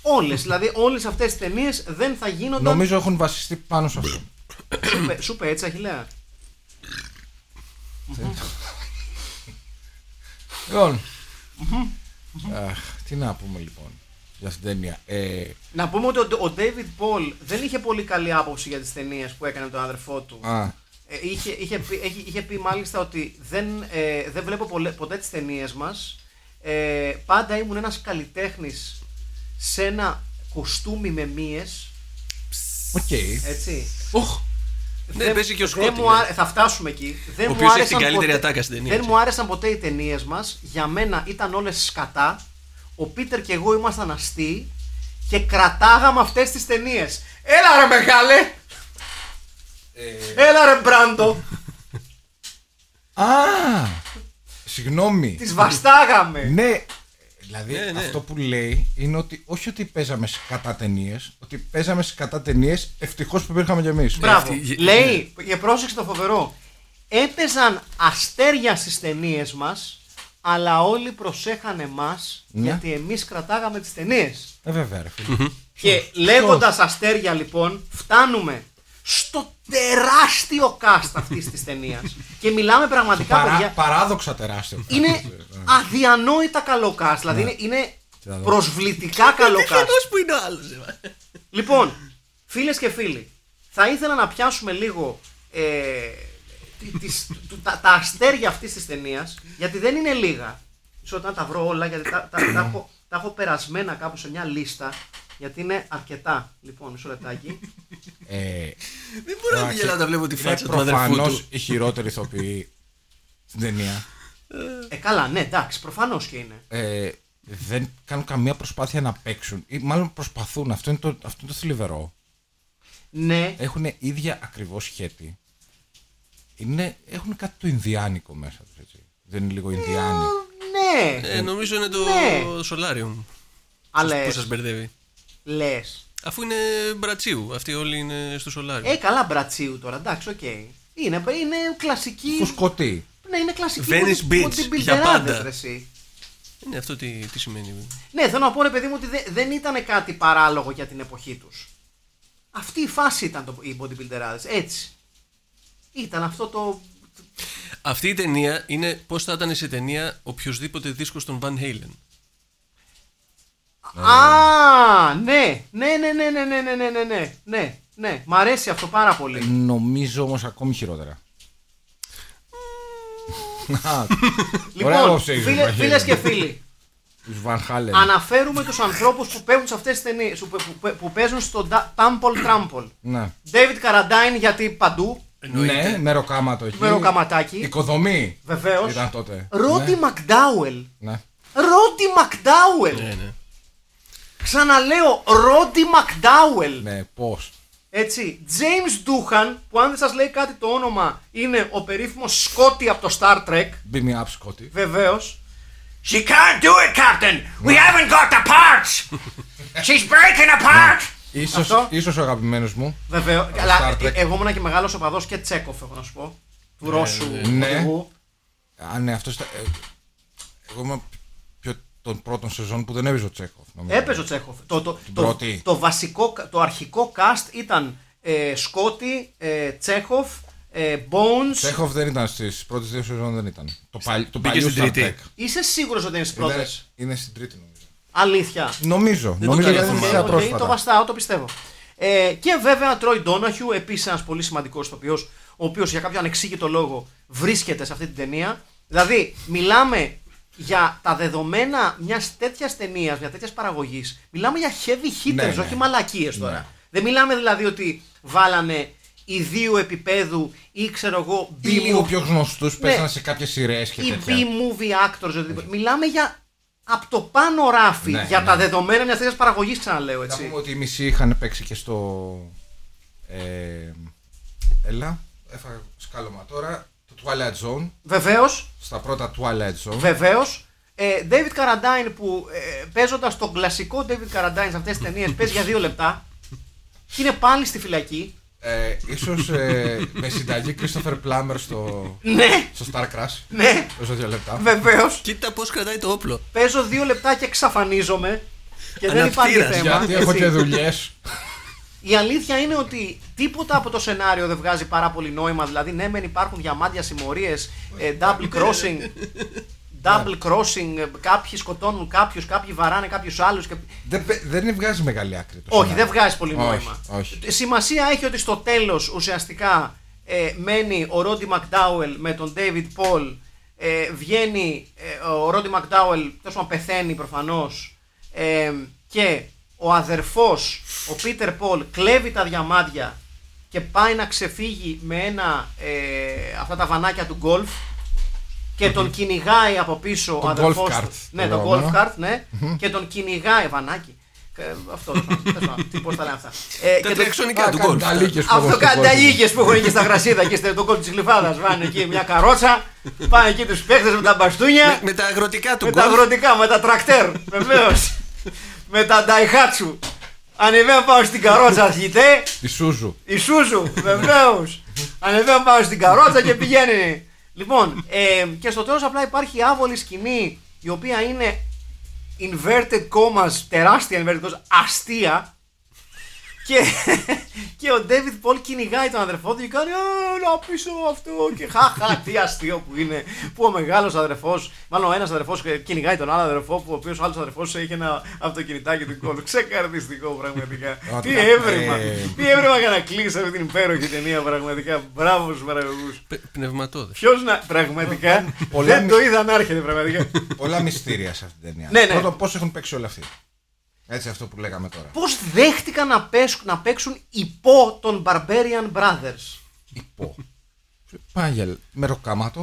Speaker 3: Όλες, δηλαδή όλες αυτές τις ταινίες δεν θα γίνονταν.
Speaker 4: Νομίζω έχουν βασιστεί πάνω σε αυτό.
Speaker 3: Σούπε, σούπε έτσι, Αχηλέα.
Speaker 4: Λοιπόν. Αχ, τι να πούμε λοιπόν. για αυτήν την ταινία. Ε,
Speaker 3: Να πούμε ότι ο- ο David Paul δεν είχε πολύ καλή άποψη για τις ταινίες που έκανε τον αδερφό του.
Speaker 4: α,
Speaker 3: Ε, είχε, είχε, πει, έχει- είχε πει μάλιστα ότι δεν, ε, δεν βλέπω πολλε- ποτέ τις ταινίες μας. Ε, πάντα ήμουν ένας καλλιτέχνης σε ένα κοστούμι με μύες,
Speaker 4: οκ.
Speaker 3: έτσι.
Speaker 5: Οχ! Ναι,
Speaker 3: Δεν-
Speaker 5: παίζει και ο
Speaker 3: δεν
Speaker 5: Σκότι.
Speaker 3: μου άρε- Θα φτάσουμε εκεί. Δεν
Speaker 5: Ο
Speaker 3: μου
Speaker 5: οποίος έχει
Speaker 3: άρεσαν
Speaker 5: την καλύτερη
Speaker 3: ποτέ-
Speaker 5: ατάκα στην ταινία,
Speaker 3: Δεν
Speaker 5: έτσι.
Speaker 3: μου άρεσαν ποτέ οι ταινίες μας. Για μένα ήταν όλες σκατά. Ο Πίτερ και εγώ ήμασταν αστεί και κρατάγαμε αυτές τις ταινίες. Έλα ρε μεγάλε!
Speaker 5: Ε.
Speaker 3: Έλα ρε Μπράντο!
Speaker 4: Α! Συγγνώμη.
Speaker 3: τις βαστάγαμε!
Speaker 4: Ναι, δηλαδή
Speaker 5: Ναι, ναι.
Speaker 4: αυτό που λέει είναι ότι όχι ότι παίζαμε σκατά ταινίες, ότι παίζαμε σκατά ταινίες ευτυχώς που υπήρχαμε κι εμείς.
Speaker 3: Μπράβο.
Speaker 5: αυτή- ναι.
Speaker 3: Λέει, και πρόσεξε το φοβερό. Έπαιζαν αστέρια στις ταινίες μας, αλλά όλοι προσέχανε εμά
Speaker 4: Ναι.
Speaker 3: γιατί εμείς κρατάγαμε τις ταινίες.
Speaker 4: Ε, βέβαια, ρε φίλε.
Speaker 3: Και λέγοντας αστέρια, λοιπόν, φτάνουμε στο τεράστιο cast αυτής της ταινίας. και μιλάμε πραγματικά,
Speaker 4: Παρά, Ναι,
Speaker 3: παιδιά.
Speaker 4: παράδοξα τεράστιο.
Speaker 3: Είναι αδιανόητα καλό cast. Δηλαδή
Speaker 4: Ναι.
Speaker 3: είναι, είναι προσβλητικά καλό cast.
Speaker 5: που είναι ο άλλος. ε.
Speaker 3: λοιπόν, φίλες και φίλοι, θα ήθελα να πιάσουμε λίγο ε, τι- τις- του- τα, τα αστέρια αυτής της ταινίας, γιατί δεν είναι λίγα. Ίσως όταν τα βρω όλα, γιατί τα, τα, τα έχω, τα έχω περασμένα κάπου σε μια λίστα, γιατί είναι αρκετά. Λοιπόν, μισό λεπτάκι.
Speaker 4: Ε,
Speaker 5: Δεν μπορώ να μην
Speaker 4: εντάξει,
Speaker 5: γελάω να βλέπω τη
Speaker 4: είναι
Speaker 5: φάτσα του αδερφού
Speaker 4: προφανώς
Speaker 5: του.
Speaker 4: η χειρότερη ηθοποιή στην ταινία.
Speaker 3: Ε, καλά, ναι, εντάξει, προφανώς και είναι.
Speaker 4: Ε, δεν κάνουν καμία προσπάθεια να παίξουν. Ή μάλλον προσπαθούν. Αυτό είναι το, αυτό είναι το θλιβερό.
Speaker 3: Ναι,
Speaker 4: Έχουν ίδια ακριβώς χέτη. Είναι, έχουν κάτι το Ινδιάνικο μέσα τους. Έτσι. Δεν είναι λίγο Ινδιάνοι.
Speaker 3: ναι,
Speaker 5: Ε, νομίζω είναι
Speaker 3: Ναι. Ε.
Speaker 5: το Solarium
Speaker 3: αλλά
Speaker 5: που σας μπερδεύει.
Speaker 3: λες.
Speaker 5: Αφού είναι μπρατσίου, αυτοί όλοι είναι στο Solarium.
Speaker 3: Ε, καλά, μπρατσίου τώρα, εντάξει, οκ. Είναι, είναι κλασική.
Speaker 4: Φουσκωτή.
Speaker 3: Ναι, είναι κλασική.
Speaker 5: Venice
Speaker 3: bodybuilder-
Speaker 5: Beach, για πάντα.
Speaker 3: bodybuilderάδες, ρε, εσύ.
Speaker 5: Ναι, αυτό τι, τι σημαίνει.
Speaker 3: Ναι, θέλω να πω, ρε παιδί μου, ότι δε- δεν ήταν κάτι παράλογο για την εποχή τους. Αυτή η φάση ήταν το, οι bodybuilderάδες, έτσι. Ήταν αυτό το.
Speaker 5: Αυτή η ταινία είναι πώς θα ήταν σε ταινία οποιοδήποτε δίσκος των Van Halen. Ναι,
Speaker 3: Α, ναι, ναι, ναι, ναι, ναι, ναι, ναι, ναι, ναι, ναι, ναι, ναι. Μ' αρέσει αυτό πάρα
Speaker 5: Ε,
Speaker 3: πολύ.
Speaker 4: Νομίζω όμως ακόμη χειρότερα. Α, Ωραία
Speaker 3: Λοιπόν,
Speaker 4: άποψη έχεις,
Speaker 3: φίλε
Speaker 4: Βαγγέλη.
Speaker 3: φίλες και φίλοι,
Speaker 4: Τους Van Halen.
Speaker 3: αναφέρουμε τους ανθρώπους που παίζουν σε αυτές τις ταινίες, που, που- που- που παίζουν στο Da- Temple Trample.
Speaker 4: Ναι.
Speaker 3: David Καραντάιν γιατί παντού,
Speaker 4: Ναι, μεροκάματο εκεί.
Speaker 3: Μεροκαματάκι.
Speaker 4: Οικοδομή.
Speaker 3: βεβαίως.
Speaker 4: Ήταν τότε.
Speaker 3: Ρόντι
Speaker 4: Ναι,
Speaker 3: Μακντάουελ.
Speaker 4: ναι.
Speaker 3: Ρόντι
Speaker 5: Ναι,
Speaker 3: Μακντάουελ.
Speaker 5: ναι.
Speaker 3: Ξαναλέω, Ρόντι Μακντάουελ.
Speaker 4: Ναι, πώς.
Speaker 3: Έτσι. James Doohan, που αν δεν σας λέει κάτι το όνομα, είναι ο περίφημος Σκότι από το Star Trek.
Speaker 4: Beat me up, Scotty.
Speaker 3: Βεβαίως.
Speaker 6: She can't do it, Captain! We haven't got the parts! She's breaking apart!
Speaker 4: Ίσως,
Speaker 3: Αυτό.
Speaker 4: ίσως ο αγαπημένος μου.
Speaker 3: Βεβαίως.
Speaker 4: το
Speaker 3: Αλλά
Speaker 4: Star Trek.
Speaker 3: ε, εγώ ήμουν και μεγάλος οπαδός και Τσέκοφ, έχω να σου πω. Του Ρώσου
Speaker 4: ναι.
Speaker 3: οδηγού.
Speaker 4: Α, ναι, αυτός. Ε, εγώ είμαι πιο των πρώτων σεζόν που δεν έπαιζε ο Τσέχοφ. νομίζω.
Speaker 3: Έπαιζε ο Τσέχοφ. Το, το, το,
Speaker 4: πρώτη.
Speaker 3: το βασικό, το αρχικό cast ήταν ε, Σκότι, ε, Τσέχοφ, ε, Bones.
Speaker 4: Τσέχοφ δεν ήταν στις πρώτες δύο σεζόν, δεν ήταν. Το, παλι, το
Speaker 5: Μπήκε
Speaker 4: παλιό
Speaker 5: στην
Speaker 4: Star
Speaker 5: τρίτη.
Speaker 4: Trek.
Speaker 3: Είσαι σίγουρος ότι είναι στις
Speaker 4: Είναι,
Speaker 3: πρώτε.
Speaker 4: είναι στην τρίτη νομίζω.
Speaker 3: Αλήθεια.
Speaker 4: Νομίζω. νομίζω
Speaker 5: κάνω
Speaker 4: γιατί
Speaker 5: αυτό,
Speaker 4: είναι
Speaker 5: μάλλον.
Speaker 4: στα
Speaker 3: Οκ, το
Speaker 4: πρόσφατα.
Speaker 3: βαστάω, το πιστεύω. Ε, και βέβαια Τρόι Ντόναχιου, επίσης ένας πολύ σημαντικός ηθοποιός, ο οποίος για κάποιο ανεξήγητο λόγο βρίσκεται σε αυτή την ταινία. Δηλαδή, μιλάμε για τα δεδομένα μιας τέτοιας ταινίας, μια τέτοιας παραγωγής. Μιλάμε για heavy hitters,
Speaker 4: Ναι, ναι.
Speaker 3: όχι μαλακίες τώρα.
Speaker 4: Ναι.
Speaker 3: Δεν μιλάμε δηλαδή ότι βάλανε ιδίου επίπεδου ή ξέρω εγώ
Speaker 4: Ή λίγο πιο
Speaker 3: B-movie Ναι.
Speaker 4: γνωστούς πέσανε σε κάποιες σειρές και
Speaker 3: ή
Speaker 4: τέτοια.
Speaker 3: B-movie actors. οτιδήποτε. Μιλάμε για από το πάνω ράφι
Speaker 4: Ναι,
Speaker 3: για
Speaker 4: ναι.
Speaker 3: τα δεδομένα μιας τέτοιας παραγωγής, ξαναλέω
Speaker 4: Να
Speaker 3: έτσι.
Speaker 4: πούμε ότι οι μισοί είχαν παίξει και στο. Ε, έλα, έφαγα σκάλωμα τώρα. Το Twilight Zone.
Speaker 3: Βεβαίως,
Speaker 4: Στα πρώτα Twilight Zone.
Speaker 3: Βεβαίως. Ε, David Carradine που ε, παίζοντας τον κλασικό David Carradine σε αυτές τις ταινίες παίζει για δύο λεπτά και είναι πάλι στη φυλακή.
Speaker 4: Ε, ίσως ε, με συνταγή Christopher Plummer στο,
Speaker 3: Ναι,
Speaker 4: στο Star Crash.
Speaker 3: ναι,
Speaker 4: Παίζω δύο λεπτά.
Speaker 3: βεβαίως.
Speaker 5: Κοίτα πώς κρατάει το όπλο.
Speaker 3: Παίζω δύο λεπτά και εξαφανίζομαι και δεν υπάρχει
Speaker 5: Αναπτήρας,
Speaker 3: θέμα.
Speaker 4: Γιατί έχω
Speaker 3: έτσι.
Speaker 4: και δουλειές.
Speaker 3: Η αλήθεια είναι ότι τίποτα από το σενάριο δεν βγάζει πάρα πολύ νόημα. Δηλαδή, ναι, μεν υπάρχουν διαμάντια συμμορίες, double ε, crossing, Double crossing, ε, κάποιοι σκοτώνουν κάποιους, κάποιοι βαράνε κάποιους άλλους. Και...
Speaker 4: Δεν, πε- δεν βγάζει μεγάλη άκρη το
Speaker 3: Όχι,
Speaker 4: σενάριο.
Speaker 3: δεν βγάζει πολύ
Speaker 4: Όχι,
Speaker 3: νόημα.
Speaker 4: όχι.
Speaker 3: Σημασία έχει ότι στο τέλος ουσιαστικά ε, μένει ο Ρόντι Μακδάουελ με τον David Paul. Ε, βγαίνει ε, ο Ρόντι Μακδάουελ, τέλος πάντων πεθαίνει προφανώς. Ε, και ο αδερφός, ο Πίτερ Πολ, κλέβει τα διαμάντια και πάει να ξεφύγει με ένα ε, αυτά τα βανάκια του γκολφ και τον κυνηγάει από πίσω
Speaker 4: Το
Speaker 3: ο αδερφός
Speaker 4: golf
Speaker 3: του.
Speaker 4: cart,
Speaker 3: Ναι, το
Speaker 4: το λεγόμενο.
Speaker 3: golf cart, ναι. Και τον κυνηγάει, βανάκι. Ε, Αυτό. τέλος πάντων, Τι πώς τα λένε αυτά. Ε,
Speaker 5: Τα
Speaker 3: και τον-
Speaker 5: τριαξονικά
Speaker 4: Α,
Speaker 5: του γκολφ.
Speaker 4: κανταλίκες που
Speaker 3: Αυτό
Speaker 4: έχουν στον κόσμο.
Speaker 3: κανταλίγε που έχουν εκεί στα γρασίδα και στο κόλπο της Γλυφάδας. Βάνε εκεί μια καρότσα, πάνε εκεί τους παίχτε με τα μπαστούνια,
Speaker 5: Με- Με τα αγροτικά του
Speaker 3: με τα
Speaker 5: γκολφ.
Speaker 3: αγροτικά, με τα τρακτέρ, βεβαίως. Με τα νταϊχάτσου. Ανεβαίνω πάω στην καρότσα, αθλητέ,
Speaker 4: Τη Σούζου.
Speaker 3: η Σούζου, βεβαίω. Ανεβαίνω πάω στην καρότσα και πηγαίνει. Λοιπόν, ε, και στο τέλος απλά υπάρχει άβολη σκηνή η οποία είναι inverted commas, τεράστια inverted commas, αστεία. Και, και ο David Paul κυνηγάει τον αδερφό του και κάνει «Α, να πίσω αυτό και χαχα τι αστείο που είναι που ο μεγάλος αδερφός, μάλλον ο ένας αδερφός ε, κυνηγάει τον άλλο αδερφό που ο οποίος άλλος αδερφός έχει ένα αυτοκινητάκι του κόλλου. Ξεκαρδιστικό πραγματικά.
Speaker 4: Ότι,
Speaker 3: τι έβριμα,
Speaker 4: ε,
Speaker 3: τι έβριμα για να κλείσει αυτή την υπέροχη ταινία πραγματικά. Μπράβο στους παραγωγούς.
Speaker 5: Πνευματόδε.
Speaker 3: Ποιος να, πραγματικά,
Speaker 4: Πολλά
Speaker 3: δεν το είδα να έρχεται πραγματικά.
Speaker 4: Πολλά μυστήρια σε αυτήν την ταινία.
Speaker 3: Ναι, ναι.
Speaker 4: Πρώτον, πώς έχουν παίξει όλα αυτοί. Έτσι, αυτό που λέγαμε τώρα.
Speaker 3: Πώς δέχτηκαν να, παίξουν, να παίξουν υπό των Barbarian Brothers.
Speaker 4: Υπό. Πάγελ, με ροκάματο.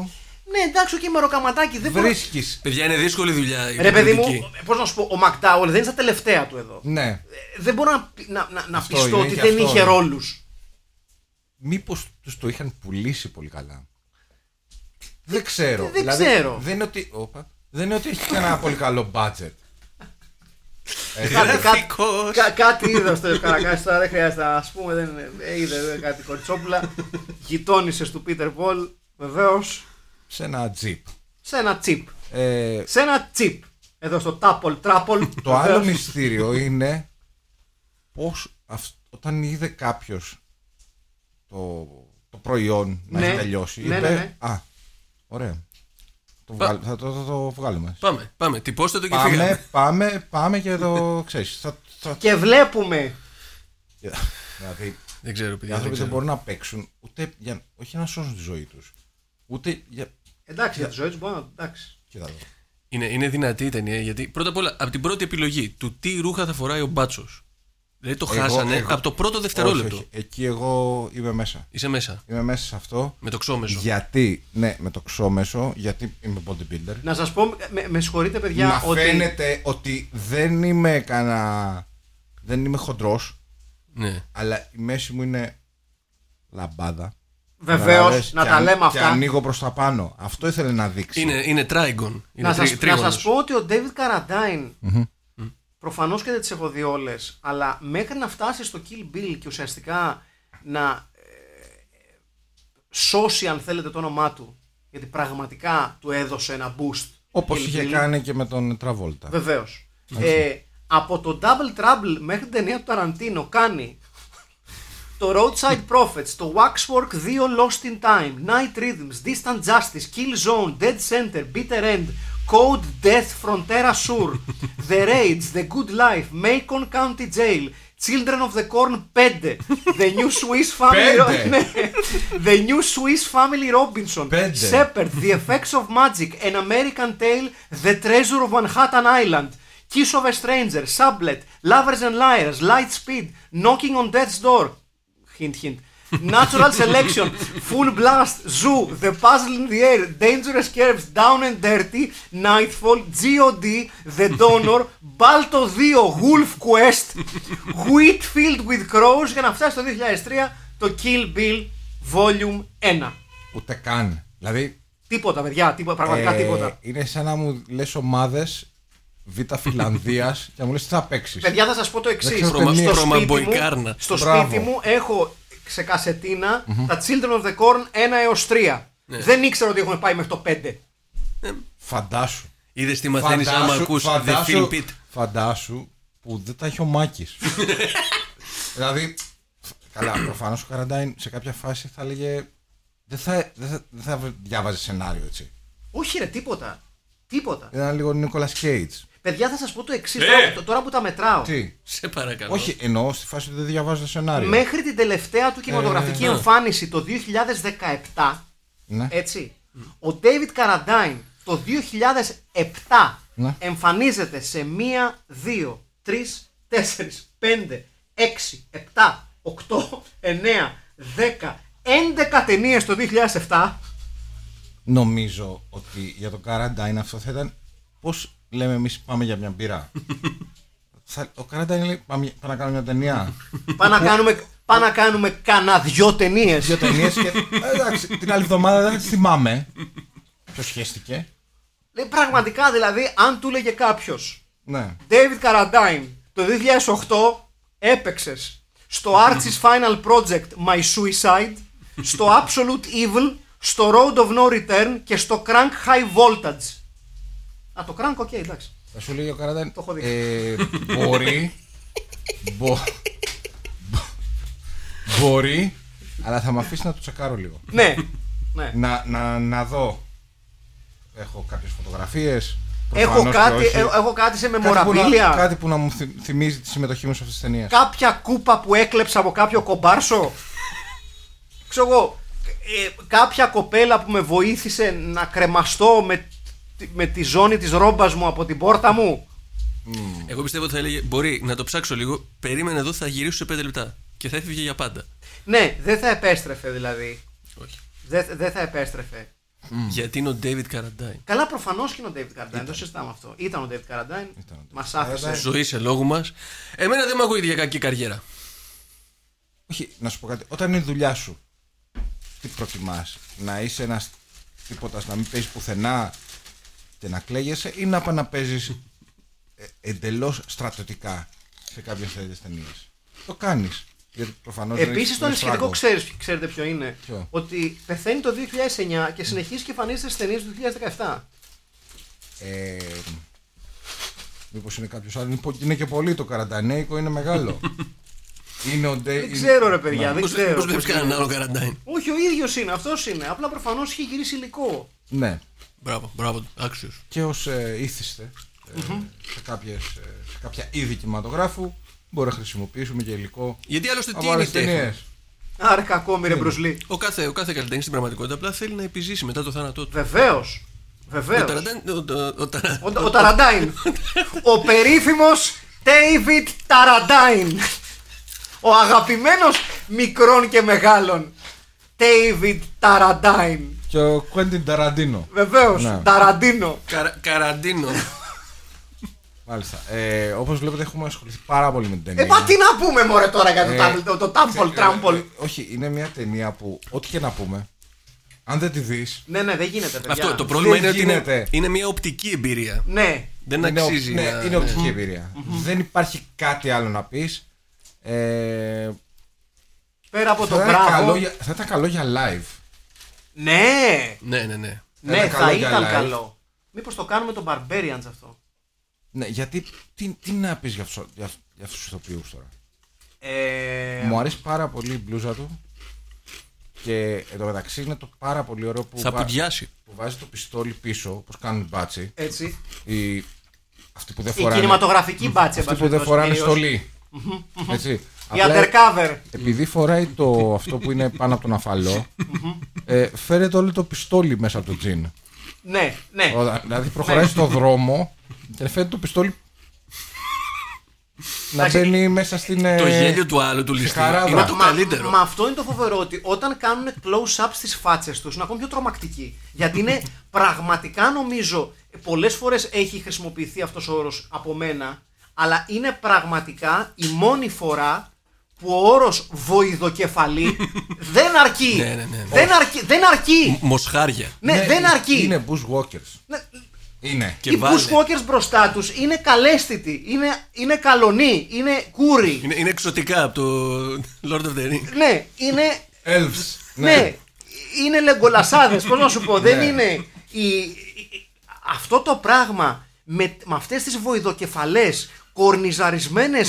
Speaker 3: Ναι, εντάξει, και με ροκαματάκι. Δεν μπορώ-
Speaker 4: Βρίσκεις.
Speaker 5: Παιδιά, είναι δύσκολη δουλειά. η
Speaker 3: Ρε παιδί
Speaker 5: πολιτική.
Speaker 3: μου, πώς να σου πω, ο Μακδάουελ δεν είναι στα τελευταία του εδώ.
Speaker 4: Ναι.
Speaker 3: Ε, Δεν μπορώ να, πι- να, να, να
Speaker 4: Αυτό
Speaker 3: πιστώ
Speaker 4: είναι,
Speaker 3: ότι
Speaker 4: και
Speaker 3: δεν
Speaker 4: αυτό
Speaker 3: είχε
Speaker 4: είναι.
Speaker 3: ρόλους.
Speaker 4: Μήπως τους το είχαν πουλήσει πολύ καλά. Δεν ξέρω.
Speaker 3: Ε,
Speaker 4: Δηλαδή,
Speaker 3: δεν ξέρω.
Speaker 4: Δεν είναι ότι. Όπα. Δεν είναι ότι έχει και ένα πολύ καλό budget. Ε,
Speaker 3: Κάτι, κάτι,
Speaker 5: Γραφικός.
Speaker 3: ε, κα- κάτι είδα στο Καρακάσι τώρα, δεν χρειάζεται να ας πούμε. Δεν, ε, είδε δεν, κάτι κοριτσόπουλα. Γειτόνισε του Πίτερ Πολ, βεβαίως,
Speaker 4: Σε ένα jeep.
Speaker 3: σε ένα τσιπ.
Speaker 4: Ε,
Speaker 3: Σε ένα τσιπ. Εδώ στο Τάπολ Τράπολ.
Speaker 4: το άλλο
Speaker 3: βεβαίως.
Speaker 4: μυστήριο είναι πώς αυ- όταν είδε κάποιος το, το προϊόν να
Speaker 3: Ναι.
Speaker 4: έχει τελειώσει.
Speaker 3: Ναι,
Speaker 4: είπε,
Speaker 3: ναι, ναι.
Speaker 4: Α, ωραία. Το
Speaker 5: Πα-
Speaker 4: βγάλ- θα το, θα το βγάλουμε.
Speaker 5: Πάμε, πάμε. Τυπώστε το και φύγαμε.
Speaker 4: Πάμε, πάμε, πάμε και το ξέρεις. Θα, θα...
Speaker 3: Και βλέπουμε.
Speaker 4: δηλαδή,
Speaker 5: Δεν ξέρω,
Speaker 4: οι
Speaker 5: παιδιά. δεν
Speaker 4: άνθρωποι δεν
Speaker 5: ξέρω.
Speaker 4: μπορούν να παίξουν ούτε για, όχι για να σώσουν τη ζωή τους. Ούτε για...
Speaker 3: Εντάξει, για τη ζωή τους μπορώ να. Εντάξει.
Speaker 4: Κοίτα εδώ.
Speaker 5: Είναι, είναι δυνατή η ταινία γιατί πρώτα απ' όλα από την πρώτη επιλογή του τι ρούχα θα φοράει ο μπάτσος. Δηλαδή το
Speaker 4: Εγώ-
Speaker 5: χάσανε
Speaker 4: εγώ-
Speaker 5: από το πρώτο
Speaker 4: Όχι,
Speaker 5: δευτερόλεπτο.
Speaker 4: όχι. Εκεί εγώ είμαι μέσα.
Speaker 5: Είσαι μέσα
Speaker 4: Είμαι μέσα σε αυτό.
Speaker 5: με το ξόμεσο.
Speaker 4: Γιατί, ναι, με το ξόμεσο, γιατί είμαι bodybuilder.
Speaker 3: Να σας πω, με, με συγχωρείτε παιδιά,
Speaker 4: να
Speaker 3: ότι.
Speaker 4: φαίνεται ότι δεν είμαι κανένα. Δεν είμαι χοντρός,
Speaker 5: Ναι.
Speaker 4: αλλά η μέση μου είναι λαμπάδα.
Speaker 3: Βεβαίως,
Speaker 4: Καταλαβες,
Speaker 3: να
Speaker 4: και
Speaker 3: τα
Speaker 4: αν-
Speaker 3: λέμε
Speaker 4: Και
Speaker 3: αυτά.
Speaker 4: ανοίγω προς τα πάνω. Αυτό ήθελε να δείξει.
Speaker 5: Είναι, είναι τράιγκον. Είναι
Speaker 3: να,
Speaker 5: τρι-
Speaker 3: σας, να
Speaker 5: τρίγωνος.
Speaker 3: σας πω ότι ο David Καραντάιν προφανώς και δεν τις έχω δει όλες αλλά μέχρι να φτάσει στο Kill Bill και ουσιαστικά να ε, σώσει αν θέλετε το όνομά του γιατί πραγματικά του έδωσε ένα boost
Speaker 4: Όπως
Speaker 3: Kill
Speaker 4: είχε
Speaker 3: Bill.
Speaker 4: κάνει και με τον Τραβόλτα.
Speaker 3: Βεβαίως. Ε, από το Double Trouble μέχρι την ταινία του Ταραντίνο κάνει το Roadside Prophets, το Waxwork 2 Lost in Time, Night Rhythms, Distant Justice, Kill Zone, Dead Center, Bitter End, Code Death, Frontera Sur, The Raids, The Good Life, Macon County Jail, Children of the Corn 5, The New Swiss Family,
Speaker 4: Πέντε.
Speaker 3: Ναι. [laughs] The New Swiss Family Robinson,
Speaker 4: Πέντε.
Speaker 3: Shepard, The Effects of Magic, An American Tale, The Treasure of Manhattan Island, Kiss of a Stranger, Sublet, Lovers and Liars, Lightspeed, Knocking on Death's Door, hint hint, Natural Selection, Full Blast, Zoo, The Puzzle in the Air, Dangerous Curves, Down and Dirty, Nightfall, GOD, The Donor, Balto 2, Wolf Quest, Wheat Filled with Crows για να φτάσει το 2003 το Kill Bill Volume 1.
Speaker 4: Ούτε καν. Δηλαδή.
Speaker 3: Τίποτα, παιδιά, τίποτα, πραγματικά
Speaker 4: ε,
Speaker 3: τίποτα.
Speaker 4: είναι σαν να μου λες ομάδες Β' Φιλανδίας και να μου λες τι θα παίξεις.
Speaker 3: Παιδιά, θα σας πω το εξής.
Speaker 4: ξέρω Τρώμα-
Speaker 5: ταινία. τρώμα μποϊκάρνα.
Speaker 3: μου, στο
Speaker 4: Μπράβο.
Speaker 3: σπίτι μου έχω σε κασετινα τα Children of the Corn 1 έω 3. Δεν ήξερα ότι έχουν πάει μέχρι το 5.
Speaker 4: Φαντάσου.
Speaker 5: Είδες τι μαθαίνεις άμα ακούς The Film Pit.
Speaker 4: φαντάσου που δεν τα έχει ο Μάκης. δηλαδή, καλά, προφανώς ο Καραντάιν σε κάποια φάση θα έλεγε. Δεν θα, δεν θα, δεν θα διάβαζε σενάριο έτσι.
Speaker 3: Όχι, ρε, τίποτα. Τίποτα.
Speaker 4: Ένα λίγο Νίκολας Κέιτ.
Speaker 3: Παιδιά, θα σας πω το εξής.
Speaker 7: Ε!
Speaker 3: Τώρα που τα μετράω.
Speaker 4: Τι.
Speaker 5: Σε παρακαλώ.
Speaker 4: Όχι, εννοώ στη φάση ότι δεν διαβάζω το σενάριο.
Speaker 3: Μέχρι την τελευταία του κινηματογραφική
Speaker 5: Ε, ναι.
Speaker 3: εμφάνιση το 2017,
Speaker 4: Ναι.
Speaker 3: έτσι, ο David Carradine το 2007
Speaker 4: Ναι.
Speaker 3: εμφανίζεται σε 1, 2, 3, 4, 5, 6, 7, 8, 9, 10, 11 ταινίες το 2007.
Speaker 4: Νομίζω ότι για τον Καραντάιν αυτό θα ήταν. Πώς λέμε εμείς πάμε για μια μπύρα. θα, ο Καραντάιν λέει πάμε, πάμε να κάνουμε μια ταινία.
Speaker 3: Πάμε
Speaker 4: Ναι.
Speaker 3: να κάνουμε, πάμε να κάνουμε κανά δυο ταινίες.
Speaker 4: Δύο ταινίες και. Ε, Εντάξει, την άλλη εβδομάδα δεν θα τις θυμάμαι. Ποιο σχέστηκε.
Speaker 3: Πραγματικά δηλαδή, αν του λέγε κάποιος
Speaker 4: Ναι.
Speaker 3: David Carradine το 2008 έπαιξες στο Archie's Final Project My Suicide, στο Absolute Evil, στο Road of No Return και στο Crank High Voltage. Α, το Crank, οκ, εντάξει.
Speaker 4: Θα σου λέει ο Καραντάιν.
Speaker 3: Το έχω δει.
Speaker 4: Ε, μπορεί. μπο, μπο- μπορεί. Αλλά θα με αφήσει να το τσεκάρω λίγο.
Speaker 3: ναι, ναι.
Speaker 4: Να, να, να δω. Έχω κάποιες φωτογραφίες.
Speaker 3: έχω,
Speaker 4: προφανώς και
Speaker 3: κάτι,
Speaker 4: όχι.
Speaker 3: ε- έχω κάτι σε
Speaker 4: Κάτι που, να,
Speaker 3: μεμορabilia.
Speaker 4: κάτι που να μου θυ- θυμίζει τη συμμετοχή μου σε αυτές τις ταινίες.
Speaker 3: Κάποια κούπα που έκλεψα από κάποιο κομπάρσο. Ξέρω εγώ. ε, κάποια κοπέλα που με βοήθησε να κρεμαστώ με, τη- με τη ζώνη της ρόμπας μου από την πόρτα μου.
Speaker 5: Εγώ πιστεύω ότι θα έλεγε Μπορεί να το ψάξω λίγο. Περίμενε εδώ, θα γυρίσω σε 5 λεπτά. Και θα έφυγε για πάντα.
Speaker 3: Ναι, δεν θα επέστρεφε δηλαδή.
Speaker 5: Όχι.
Speaker 3: Δεν δεν θα επέστρεφε.
Speaker 5: Mm. Γιατί είναι ο David Carradine.
Speaker 3: Καλά, προφανώς και είναι ο David Carradine. Το συζητάμε αυτό. Ήταν ο David Carradine. Μας άφησε.
Speaker 5: Ζωή σε λόγου μας. Εμένα δεν μου ακούγεται για κακή καριέρα.
Speaker 4: Όχι, να σου πω κάτι. Όταν είναι η δουλειά σου, τι προτιμάς, να είσαι ένας τίποτα, να μην παίζεις πουθενά και να κλαίγεσαι ή να πας να παίζεις ε, εντελώς στρατιωτικά σε κάποιες τέτοιες ταινίες. Το κάνεις. Γιατί προφανώς δεν έχεις-
Speaker 3: Επίση το
Speaker 4: Ε, δεν έχεις
Speaker 3: ανησυχητικό
Speaker 4: φράγκο.
Speaker 3: ξέρεις, ξέρετε ποιο Ναι. είναι.
Speaker 4: Ποιο?
Speaker 3: Ότι πεθαίνει το 2009 και συνεχίζει και εμφανίζεται στις ταινίες του 2017.
Speaker 4: Ε, μήπως είναι κάποιος άλλος. Είναι πο- Είναι και πολύ το καραντανέικο, είναι
Speaker 3: [laughs]
Speaker 4: μεγάλο. είναι ο Ντε-
Speaker 3: Δεν
Speaker 4: είναι-
Speaker 3: ξέρω ρε παιδιά,
Speaker 4: Ναι.
Speaker 3: δεν
Speaker 5: Πώ
Speaker 3: ξέρω.
Speaker 5: βλέπει κανέναν άλλο Carradine.
Speaker 3: Όχι, ο ίδιος είναι, αυτός είναι. Απλά προφανώς είχε γυρίσει υλικό.
Speaker 4: Ναι.
Speaker 5: Μπράβο, μπράβο, άξιος.
Speaker 4: και ως ε, ήθιστε ε, σε, κάποιες, ε, σε κάποια είδη κινηματογράφου μπορούμε να χρησιμοποιήσουμε και υλικό
Speaker 5: Γιατί άλλωστε τι
Speaker 4: από
Speaker 5: είναι η
Speaker 4: άλλες
Speaker 5: τέχνη.
Speaker 4: ταινίες.
Speaker 3: Άρα κακό μυρε Μπρουσλί.
Speaker 5: Ο κάθε, ο κάθε καλλιτέχνης στην πραγματικότητα απλά θέλει να επιζήσει μετά το θάνατό του.
Speaker 3: Βεβαίως.
Speaker 5: Ο
Speaker 3: Βεβαίω.
Speaker 5: Ταραντάν. ο- ο- ο Ταρα-
Speaker 3: Ο, ο Ταραντάιν. ο περίφημος David Ταραντάιν. Ο αγαπημένος μικρών και μεγάλων. David Ταραντάιν.
Speaker 4: και ο Quentin Tarantino
Speaker 3: Βεβαίως,
Speaker 4: Ναι.
Speaker 3: Ταραντίνο.
Speaker 5: Καρα- Καραντίνο.
Speaker 4: μάλιστα ε, όπως βλέπετε έχουμε ασχοληθεί πάρα πολύ με την ταινία
Speaker 3: Ε, μα τι να πούμε μωρέ τώρα για το
Speaker 4: Ε,
Speaker 3: Tumble- το- το Τάμπολ,
Speaker 4: Ε,
Speaker 3: Τράμπολ.
Speaker 4: όχι είναι μια ταινία που ό,τι και να πούμε αν δεν τη δεις
Speaker 3: Ναι, ναι, δεν γίνεται, παιδιά.
Speaker 5: Αυτό το πρόβλημα είναι ότι είναι,
Speaker 4: γίνεται.
Speaker 5: είναι μια οπτική εμπειρία.
Speaker 3: Ναι,
Speaker 5: Δεν
Speaker 4: είναι, ο-
Speaker 5: αξίζει.
Speaker 4: ναι,
Speaker 5: να-
Speaker 4: είναι οπτική εμπειρία. δεν υπάρχει κάτι άλλο να πεις ε,
Speaker 3: πέρα από το
Speaker 4: θα, ήταν Ε, καλό
Speaker 3: μπράβο.
Speaker 4: για, θα ήταν καλό για live
Speaker 3: Ναι,
Speaker 5: Ναι, ναι, ναι.
Speaker 3: ναι, θα
Speaker 4: καλό για
Speaker 3: ήταν
Speaker 4: live.
Speaker 3: καλό. Μήπως το κάνουμε το Barbarians αυτό.
Speaker 4: ναι, γιατί τι, τι να πεις για, αυτούς- για, αυτούς- για αυτούς τους ηθοποιούς τώρα
Speaker 3: Ε,
Speaker 4: Μου αρέσει πάρα πολύ η μπλούζα του. Και εν τω μεταξύ είναι το πάρα πολύ ωραίο που,
Speaker 5: Θα
Speaker 4: βα-
Speaker 5: πουντιάσει.
Speaker 4: που βάζει το πιστόλι πίσω, όπως κάνουν οι μπάτσι.
Speaker 3: έτσι.
Speaker 4: Οι... Αυτοί που δεν
Speaker 3: Η
Speaker 4: φοράνε,
Speaker 3: κινηματογραφική μπάτσε.
Speaker 4: αυτοί που δεν φοράνε στολή. Έτσι.
Speaker 3: Η
Speaker 4: Απλά,
Speaker 3: undercover.
Speaker 4: Επειδή φοράει το, αυτό που είναι πάνω από τον αφαλό, ε, φέρεται όλο το πιστόλι μέσα από το τζιν.
Speaker 3: Ναι, ναι.
Speaker 4: Όταν- Δηλαδή προχωράει στον δρόμο και φέρεται το πιστόλι να
Speaker 3: Εντάξει.
Speaker 4: μπαίνει μέσα στην. ε,
Speaker 5: Το γέλιο του άλλου του ληστή
Speaker 4: χαράδρα.
Speaker 5: είναι το
Speaker 4: Μα-
Speaker 5: καλύτερο.
Speaker 3: Μα αυτό είναι το φοβερό ότι όταν κάνουν close-up στις φάτσες τους είναι ακόμη πιο τρομακτικοί. Γιατί
Speaker 5: [laughs]
Speaker 3: είναι πραγματικά νομίζω. Πολλές φορές έχει χρησιμοποιηθεί αυτός ο όρος από μένα, αλλά είναι πραγματικά η μόνη φορά που ο όρος
Speaker 5: [laughs]
Speaker 3: βοηδοκεφαλή δεν αρκεί.
Speaker 5: Ναι, ναι, ναι, ναι.
Speaker 3: Δεν αρκεί. Δεν αρκεί.
Speaker 5: Μοσχάρια.
Speaker 3: Ναι, δεν αρκεί.
Speaker 4: Είναι bushwalkers.
Speaker 3: Ναι,
Speaker 4: Είναι.
Speaker 5: Και
Speaker 3: οι
Speaker 5: βάλε.
Speaker 3: bushwalkers μπροστά τους είναι καλέσθητοι, είναι, είναι καλονοί, είναι κούροι.
Speaker 5: Είναι, είναι εξωτικά από το Lord of the Rings.
Speaker 3: Ναι, είναι
Speaker 4: Elves.
Speaker 3: Ναι, είναι λεγκολασάδες. Πώς να σου πω, δεν είναι. Η, η- αυτό το πράγμα με, με αυτές τις βοηδοκεφαλές κορνιζαρισμένες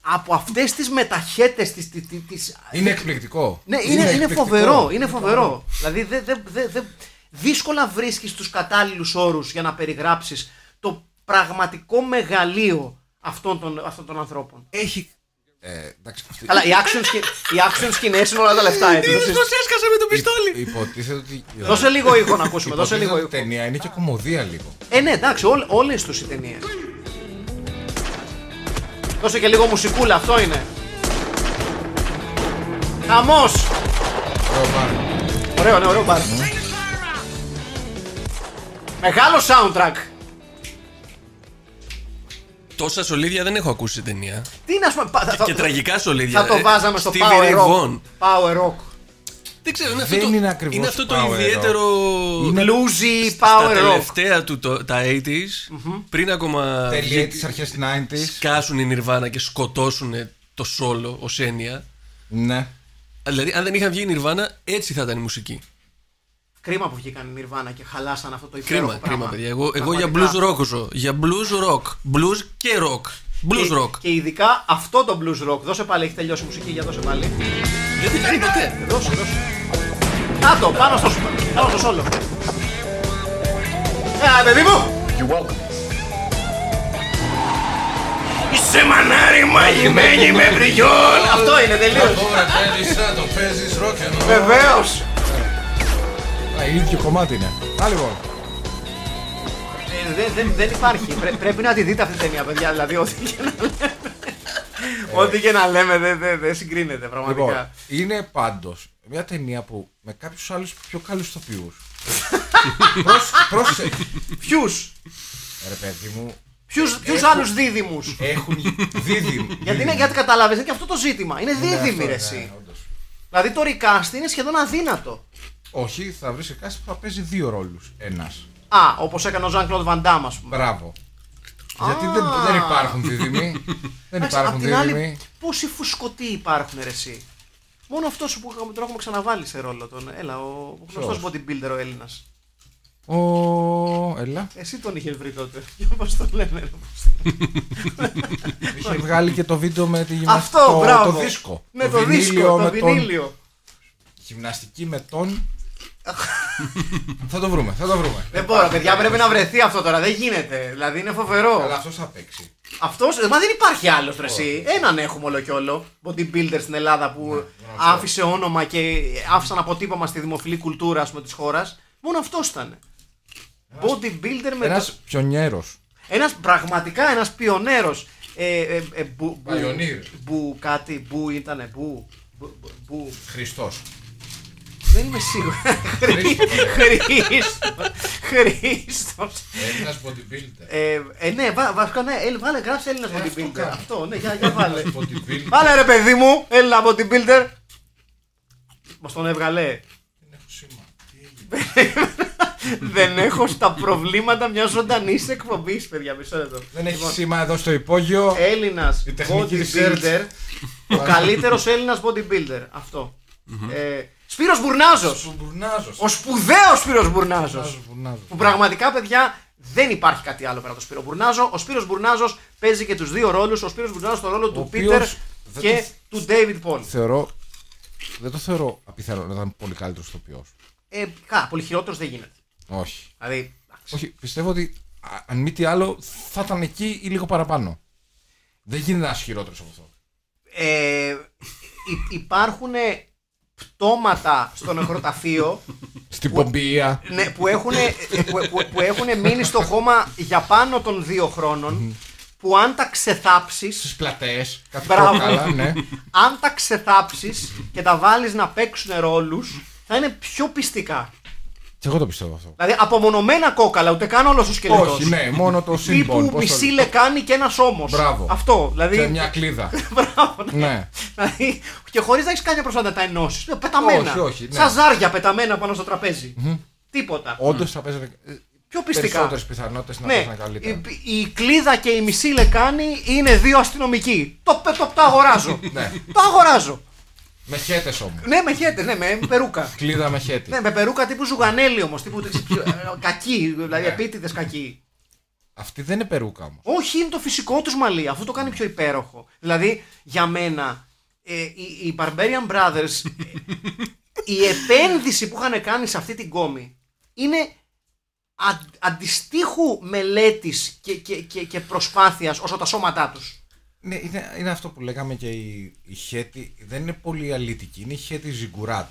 Speaker 3: από αυτές τις μεταχέτες της.
Speaker 4: Είναι εκπληκτικό.
Speaker 3: Ναι, είναι, είναι,
Speaker 4: εκπληκτικό.
Speaker 3: φοβερό. Είναι φοβερό. δηλαδή δεν. δεν- δεν- δεν- δύσκολα βρίσκεις τους κατάλληλους όρους για να περιγράψεις το πραγματικό μεγαλείο αυτών των, αυτών των ανθρώπων.
Speaker 4: Έχει. Ε, εντάξει, αυτή-
Speaker 3: Καλά, οι action, σκη- οι action σκηνές είναι όλα τα λεφτά. έτσι,
Speaker 5: Είδες
Speaker 3: δώσεις-
Speaker 5: πως έσκασε με το πιστόλι.
Speaker 4: Υποτίθεται ότι.
Speaker 3: Δώσε λίγο ήχο να ακούσουμε,
Speaker 4: υποτίθεται
Speaker 3: δώσε λίγο
Speaker 4: ότι
Speaker 3: ήχο.
Speaker 4: Η ταινία είναι και κομμωδία λίγο.
Speaker 3: Ε, ναι, εντάξει, όλ, όλες τους οι ταινίες. Δώσε και λίγο μουσικούλα, αυτό είναι. Χαμός!
Speaker 4: Ωραίο βάρος.
Speaker 3: Ωραίο, ναι, ωραίο μπαρ. Μεγάλο soundtrack.
Speaker 5: Τόσα σολίδια δεν έχω ακούσει σε ταινία.
Speaker 3: Τι να σου πω, πα- θα-
Speaker 5: Και
Speaker 3: θα-
Speaker 5: τραγικά σολίδια.
Speaker 3: θα το
Speaker 5: ε.
Speaker 3: βάζαμε στο
Speaker 5: Stevie Ray
Speaker 3: Power Rock.
Speaker 5: Vaughan.
Speaker 3: Power Rock.
Speaker 5: Δεν ξέρω, είναι αυτό
Speaker 4: Δεν
Speaker 5: το,
Speaker 4: είναι ακριβώς
Speaker 5: αυτό το
Speaker 4: Power Rock.
Speaker 5: ιδιαίτερο.
Speaker 4: Είναι
Speaker 3: Bluesy
Speaker 5: Τα
Speaker 3: Power Rock.
Speaker 5: τελευταία του το- τα 80s, πριν ακόμα
Speaker 4: Τέλειε
Speaker 5: βγει-
Speaker 4: τη αρχέ 90s.
Speaker 5: σκάσουν οι Nirvana και σκοτώσουν το σόλο ως έννοια.
Speaker 4: Ναι.
Speaker 5: Δηλαδή, αν δεν είχαν βγει οι Nirvana, έτσι θα ήταν η μουσική.
Speaker 3: Κρίμα που βγήκαν οι Nirvana και χαλάσαν αυτό το υπέροχο
Speaker 5: Κρίμα,
Speaker 3: πράγμα.
Speaker 5: κρίμα, παιδιά. Εγώ, εγώ για
Speaker 3: Πραγματικά.
Speaker 5: blues rock ζω. Για blues rock. Blues και rock. Blues
Speaker 3: Και-
Speaker 5: rock.
Speaker 3: Και ειδικά αυτό το blues rock. Δώσε πάλι, έχει τελειώσει η μουσική, για δώσε πάλι.
Speaker 5: Δεν τη βγαίνει ποτέ.
Speaker 3: Δώσε, δώσε. Κάτω, πάνω στο, σ- πάνω στο σόλο. Ε, παιδί μου!
Speaker 6: Είσαι μανάρι μαγειμένη με βρυγιόν.
Speaker 3: Αυτό είναι τελείως.
Speaker 4: Τώρα θέλει να το παίζεις ροκ ενώ.
Speaker 3: Βεβαίως.
Speaker 4: ίδιο κομμάτι είναι. Α, λοιπόν.
Speaker 3: Ε, δεν- δεν- Δεν υπάρχει. Πρέ- Πρέπει να τη δείτε αυτή την ταινία, παιδιά. Δηλαδή, ό,τι και να λέμε. Ό,τι και να λέμε δεν δεν- δεν συγκρίνεται
Speaker 4: Λοιπόν,
Speaker 3: πραγματικά.
Speaker 4: είναι πάντως μια ταινία που με κάποιους άλλους πιο καλούς τοπιού.
Speaker 3: [laughs]
Speaker 4: Πρόσεχε.
Speaker 3: Ποιους
Speaker 4: Ρε παιδί μου,
Speaker 3: ποιους
Speaker 4: Έχω-
Speaker 3: άλλους δίδυμους.
Speaker 4: έχουν δίδυμο.
Speaker 3: Γιατί, είναι, γιατί καταλάβεις, είναι και αυτό το ζήτημα. Είναι δίδυμοι, ρε
Speaker 4: αυτό, ναι,
Speaker 3: εσύ.
Speaker 4: όντως.
Speaker 3: Δηλαδή το recast είναι σχεδόν αδύνατο.
Speaker 4: Όχι, θα βρεις κάτι που θα παίζει δύο ρόλους. Ένας.
Speaker 3: Α, όπως έκανε ο Jean-Claude Van Damme, ας πούμε.
Speaker 4: Μπράβο. Γιατί δεν, δεν υπάρχουν δίδυμοι. δεν
Speaker 3: Εντάξει,
Speaker 4: υπάρχουν
Speaker 3: απ' την άλλη,
Speaker 4: δίδυμοι.
Speaker 3: πόσοι φουσκωτοί υπάρχουν ρε εσύ. Μόνο αυτός που είχαμε- τον έχουμε ξαναβάλει σε ρόλο τον. Έλα, ο γνωστός
Speaker 4: Ποιος?
Speaker 3: bodybuilder ο Έλληνας.
Speaker 4: Ο. Ελά.
Speaker 3: Εσύ τον είχε βρει τότε. Για πώς το λένε, ρε, πώς
Speaker 4: Είχε βγάλει και το βίντεο με τη γυμναστική.
Speaker 3: [laughs] Αυτό, μπράβο.
Speaker 4: Το δίσκο.
Speaker 3: Ναι, το, δίσκο,
Speaker 4: βινίλιο
Speaker 3: το
Speaker 4: με τον-
Speaker 3: βινίλιο.
Speaker 4: Γυμναστική με τον. θα το βρούμε, θα το βρούμε.
Speaker 3: Δεν μπορώ, παιδιά, πρέπει να βρεθεί αυτό τώρα. Δεν γίνεται. Δηλαδή είναι φοβερό.
Speaker 4: Αλλά αυτός θα παίξει.
Speaker 3: Αυτός. Μα δεν υπάρχει άλλος τρεσί. Έναν έχουμε όλο και όλο. Bodybuilder στην Ελλάδα που άφησε όνομα και άφησαν αποτύπωμα στη δημοφιλή κουλτούρα ας πούμε, της χώρας. Μόνο αυτός ήταν. Bodybuilder με.
Speaker 4: Ένας
Speaker 3: το-
Speaker 4: πιονιέρος.
Speaker 3: Ένας πραγματικά ένας πιονέρος ε, ε, ε, μπου, μπου,
Speaker 4: Pioneer.
Speaker 3: μπου, κάτι, μπου ήτανε, μπου, μπου, μπου, μπου.
Speaker 4: Χριστός.
Speaker 3: Δεν είμαι σίγουρος. Χρήστος. Χρήστος.
Speaker 4: Ένα bodybuilder.
Speaker 3: Ε, ε, ναι, βα, βασικά, ναι, ε, βάλε, γράψε Έλληνας
Speaker 4: αυτό
Speaker 3: bodybuilder.
Speaker 4: κάνω.
Speaker 3: Αυτό, ναι, για, για βάλε.
Speaker 4: bodybuilder.
Speaker 3: βάλε ρε παιδί μου, Έλληνα bodybuilder. Μας τον έβγαλε. Δεν έχω στα προβλήματα μια ζωντανή εκπομπή, παιδιά. Μισό λεπτό.
Speaker 4: Δεν έχει
Speaker 3: Λοιπόν,
Speaker 4: σήμα εδώ στο υπόγειο.
Speaker 3: Ε, Έλληνας
Speaker 4: Η τεχνική
Speaker 3: bodybuilder. Ο καλύτερος Έλληνας bodybuilder. Αυτό. Ε, Σπύρος Μπουρνάζος.
Speaker 4: Μπουρνάζος.
Speaker 3: Ο σπουδαίος Σπύρος Μπουρνάζος.
Speaker 4: Μπουρνάζος.
Speaker 3: Που πραγματικά, παιδιά, δεν υπάρχει κάτι άλλο πέρα από τον Σπύρο Μπουρνάζο. Ο Σπύρος Μπουρνάζος παίζει και τους δύο ρόλους. Ο Σπύρος Μπουρνάζος το ρόλο του
Speaker 4: οποίος
Speaker 3: Πίτερ
Speaker 4: δεν
Speaker 3: και του David Paul.
Speaker 4: Θεωρώ. Δεν το θεωρώ απιθανό να ήταν πολύ καλύτερος ηθοποιός.
Speaker 3: Ε, καλά, πολύ χειρότερος δεν γίνεται.
Speaker 4: Όχι.
Speaker 3: Δηλαδή,
Speaker 4: Όχι, πιστεύω ότι α, αν μη τι άλλο θα ήταν εκεί ή λίγο παραπάνω. Δεν γίνεται ένας χειρότερος από αυτό.
Speaker 3: ε, υ- υπάρχουν πτώματα στο νεκροταφείο
Speaker 4: Στην πομπία.
Speaker 3: Ναι, που έχουν, που, που, που έχουνε μείνει στο χώμα για πάνω των δύο χρόνων που αν τα ξεθάψεις
Speaker 4: Στις πλατές. Κάτι
Speaker 3: Μπράβο.
Speaker 4: καλά, ναι.
Speaker 3: αν τα ξεθάψεις και τα βάλεις να παίξουν ρόλους θα είναι πιο πιστικά.
Speaker 4: Και εγώ το πιστεύω αυτό.
Speaker 3: Δηλαδή απομονωμένα κόκαλα, ούτε καν όλος ο σκελετός.
Speaker 4: Όχι, ναι, μόνο το σύμπαν.
Speaker 3: Τύπου
Speaker 4: πώς το
Speaker 3: μισή
Speaker 4: λέω.
Speaker 3: λεκάνη και ένας όμως.
Speaker 4: Μπράβο.
Speaker 3: Αυτό,
Speaker 4: Και
Speaker 3: δηλαδή.
Speaker 4: μια κλίδα.
Speaker 3: [laughs] Μπράβο, ναι.
Speaker 4: ναι.
Speaker 3: Δηλαδή, και χωρίς να έχεις κάνει προσπάθεια να τα ενώσεις. Πεταμένα.
Speaker 4: Όχι, όχι, ναι.
Speaker 3: Σαν ζάρια πεταμένα πάνω στο τραπεζι Τίποτα.
Speaker 4: Όντως θα παίζανε.
Speaker 3: Πιο πιστικά.
Speaker 4: Περισσότερες πιθανότητες να
Speaker 3: Ναι,
Speaker 4: παίζανε καλύτερα.
Speaker 3: η, η κλίδα και η μισή λεκάνη είναι δύο αστυνομικοί. Το, το, το, το αγοράζω.
Speaker 4: [laughs] Ναι.
Speaker 3: το αγοράζω.
Speaker 4: Με χέτες όμως.
Speaker 3: Ναι, με χέτε, ναι, με περούκα.
Speaker 4: Κλίδα με χέτη.
Speaker 3: ναι, με περούκα τύπου ζουγανέλη όμως. Τύπου έτσι
Speaker 4: [laughs]
Speaker 3: πιο- ε, κακή,
Speaker 4: Ναι.
Speaker 3: δηλαδή επίτηδες κακή.
Speaker 4: Αυτή δεν είναι περούκα όμως.
Speaker 3: Όχι, είναι το φυσικό τους μαλλί. Αυτό το κάνει πιο υπέροχο. Δηλαδή, για μένα, ε, οι, οι Barbarian Brothers, ε, η επένδυση που είχαν κάνει σε αυτή την κόμη είναι αν- αντιστοίχου μελέτης και, και, και, και προσπάθειας όσο τα σώματά τους.
Speaker 4: Ναι, είναι, είναι αυτό που λέγαμε και η, η Χέτη. Δεν είναι πολύ αλήτικη. Είναι η Χέτη Ζιγκουράτ.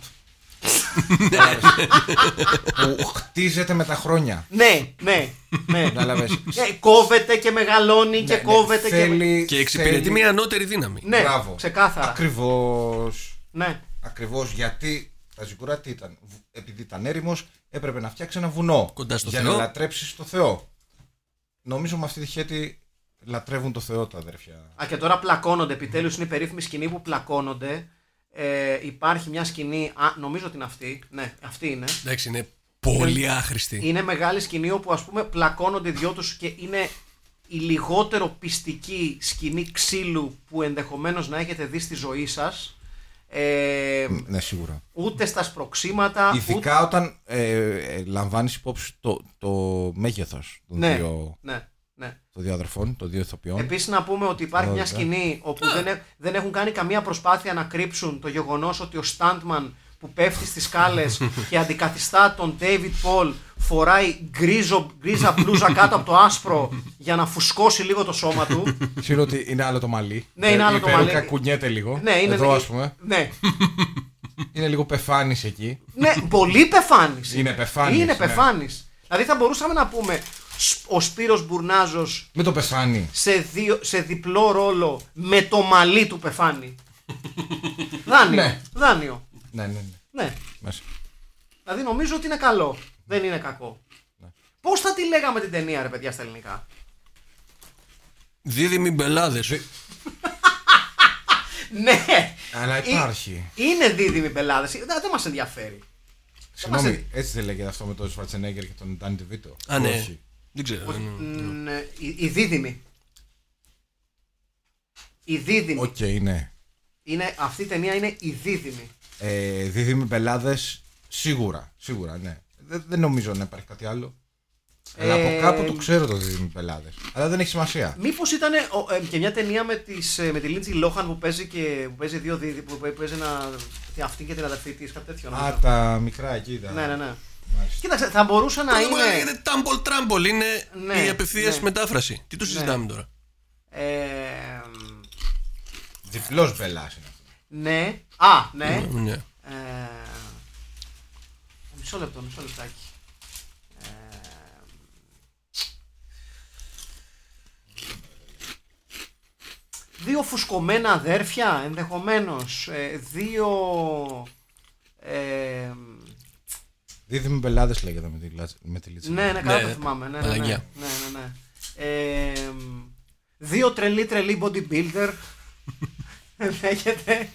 Speaker 4: που χτίζεται με τα χρόνια.
Speaker 3: Ναι, ναι, ναι.
Speaker 4: Κατάλαβες.
Speaker 3: Ε, κόβεται και μεγαλώνει
Speaker 4: Ναι,
Speaker 3: και κόβεται και...
Speaker 5: Και εξυπηρετεί μια ανώτερη δύναμη.
Speaker 3: Ναι,
Speaker 4: Μπράβο.
Speaker 3: ξεκάθαρα.
Speaker 4: Ακριβώς.
Speaker 3: Ναι.
Speaker 4: Ακριβώς γιατί τα Ζιγκουράτ τι ήταν. Β- Επειδή ήταν έρημος, έπρεπε να φτιάξει ένα βουνό.
Speaker 5: Κοντά στο
Speaker 4: για
Speaker 5: Θεό.
Speaker 4: να λατρέψει το Θεό. Νομίζω με αυτή τη Χέτη λατρεύουν το Θεό τα αδέρφια.
Speaker 3: Α, και τώρα πλακώνονται. Επιτέλους είναι η περίφημη σκηνή που πλακώνονται. Ε, υπάρχει μια σκηνή. Α, νομίζω ότι είναι αυτή. Ναι, αυτή είναι.
Speaker 5: Εντάξει, είναι πολύ άχρηστη.
Speaker 3: Είναι μεγάλη σκηνή όπου ας πούμε πλακώνονται οι δυο τους και είναι η λιγότερο πιστική σκηνή ξύλου που ενδεχομένως να έχετε δει στη ζωή σας. Ε,
Speaker 4: Ναι, σίγουρα.
Speaker 3: ούτε στα σπροξήματα, ούτε...
Speaker 4: Ειδικά όταν ε, ε, λαμβάνεις υπόψη το, το μέγεθος των
Speaker 3: Ναι,
Speaker 4: δύο,
Speaker 3: ναι, ναι.
Speaker 4: των δύο αδερφών, των δύο ηθοποιών.
Speaker 3: Επίσης να πούμε ότι υπάρχει μια
Speaker 4: Ωραία.
Speaker 3: σκηνή όπου δεν, ε- δεν έχουν κάνει καμία προσπάθεια να κρύψουν το γεγονός ότι ο Στάντμαν που πέφτει στις
Speaker 4: [laughs]
Speaker 3: σκάλες και αντικαθιστά τον David Paul φοράει γκρίζο, γκρίζα μπλούζα κάτω από το άσπρο για να φουσκώσει λίγο το σώμα
Speaker 4: [laughs]
Speaker 3: του.
Speaker 4: Ξέρω ότι είναι άλλο το μαλλί.
Speaker 3: Ναι, είναι
Speaker 4: Ε,
Speaker 3: άλλο το
Speaker 4: υπέροχα
Speaker 3: μαλλί.
Speaker 4: κουνιέται λίγο.
Speaker 3: ναι, είναι
Speaker 4: Εδώ, ας πούμε.
Speaker 3: Ναι,
Speaker 4: Είναι λίγο πεφάνη εκεί.
Speaker 3: ναι πολύ πεφάνης.
Speaker 4: Είναι πεφάνης,
Speaker 3: Είναι
Speaker 4: ναι.
Speaker 3: πεφάνης. Δηλαδή θα μπορούσαμε να πούμε σ- ο Σπύρος Μπουρνάζος
Speaker 4: Με το πεφάνι.
Speaker 3: σε, δύο, σε διπλό ρόλο με το μαλλί του
Speaker 4: [laughs]
Speaker 3: πεφάνη. δάνειο.
Speaker 4: Ναι.
Speaker 3: Δάνειο.
Speaker 4: Ναι, ναι, ναι.
Speaker 3: Ναι.
Speaker 4: Μέσα.
Speaker 3: Δηλαδή νομίζω ότι είναι καλό. Δεν είναι κακό.
Speaker 4: Ναι.
Speaker 3: Πώς θα τη λέγαμε την ταινία, ρε παιδιά, στα ελληνικά.
Speaker 5: Δίδυμοι μπελάδες.
Speaker 3: Ναι!
Speaker 4: Αλλά
Speaker 3: Ε,
Speaker 4: υπάρχει.
Speaker 3: Είναι δίδυμοι πελάδε. Δεν μας ενδιαφέρει.
Speaker 4: Συγγνώμη, έτσι δεν λέγεται αυτό με τον Σβαρτσενέγκερ και τον Ντάνι Τιβίτο.
Speaker 5: Α, ναι.
Speaker 4: Όχι.
Speaker 5: Δεν ξέρω. δεν-
Speaker 3: Μ, ε, Οι οι δίδυμοι. Οι δίδυμοι.
Speaker 4: Οκ, ναι.
Speaker 3: Είναι, αυτή η ταινία είναι η δίδυμη.
Speaker 4: Ε, δίδυμοι πελάδες σίγουρα. Σίγουρα, ναι. Δεν, δεν νομίζω να υπάρχει κάτι άλλο. Αλλά
Speaker 3: Ε,
Speaker 4: από κάπου το ξέρω το δίδυμοι πελάδες. Αλλά δεν έχει σημασία.
Speaker 3: Μήπως ήταν ε, και μια ταινία με, τις, ε, με τη Λίντζι Λόχαν που παίζει, και, που παίζει δύο δίδυμοι. Που, που παίζει ένα, αυτή και την αδερφή της, κάτι τέτοιο.
Speaker 4: Α,
Speaker 3: νομίζω.
Speaker 4: τα μικρά εκεί τα.
Speaker 3: Ναι, ναι, ναι.
Speaker 4: Μάλιστα.
Speaker 3: Κοίταξε, θα μπορούσε να
Speaker 5: Δεν μπορεί να
Speaker 3: είναι.
Speaker 5: λέγεται Tumble Tramble, είναι
Speaker 3: Ναι,
Speaker 5: η απευθείας
Speaker 3: ναι.
Speaker 5: μετάφραση. Τι το συζητάμε τώρα.
Speaker 3: Ε,
Speaker 4: Διπλός πελά είναι αυτό.
Speaker 3: ναι. Α, ναι.
Speaker 5: Ναι.
Speaker 3: Ε, μισό λεπτό, μισό λεπτάκι. Ε, δύο φουσκωμένα αδέρφια, ενδεχομένως. Ε, δύο... Ε,
Speaker 4: Δίδυμοι πελάδε λέγεται με τη, λάτσα- με τη λίτσα.
Speaker 3: ναι, ναι, καλά
Speaker 5: Ναι,
Speaker 3: το θυμάμαι. Ναι, ναι, ναι, ναι,
Speaker 5: Παναγία.
Speaker 3: ναι, ναι. Ε, δύο τρελή τρελή
Speaker 5: [laughs]
Speaker 3: bodybuilder. [laughs] Λέγεται.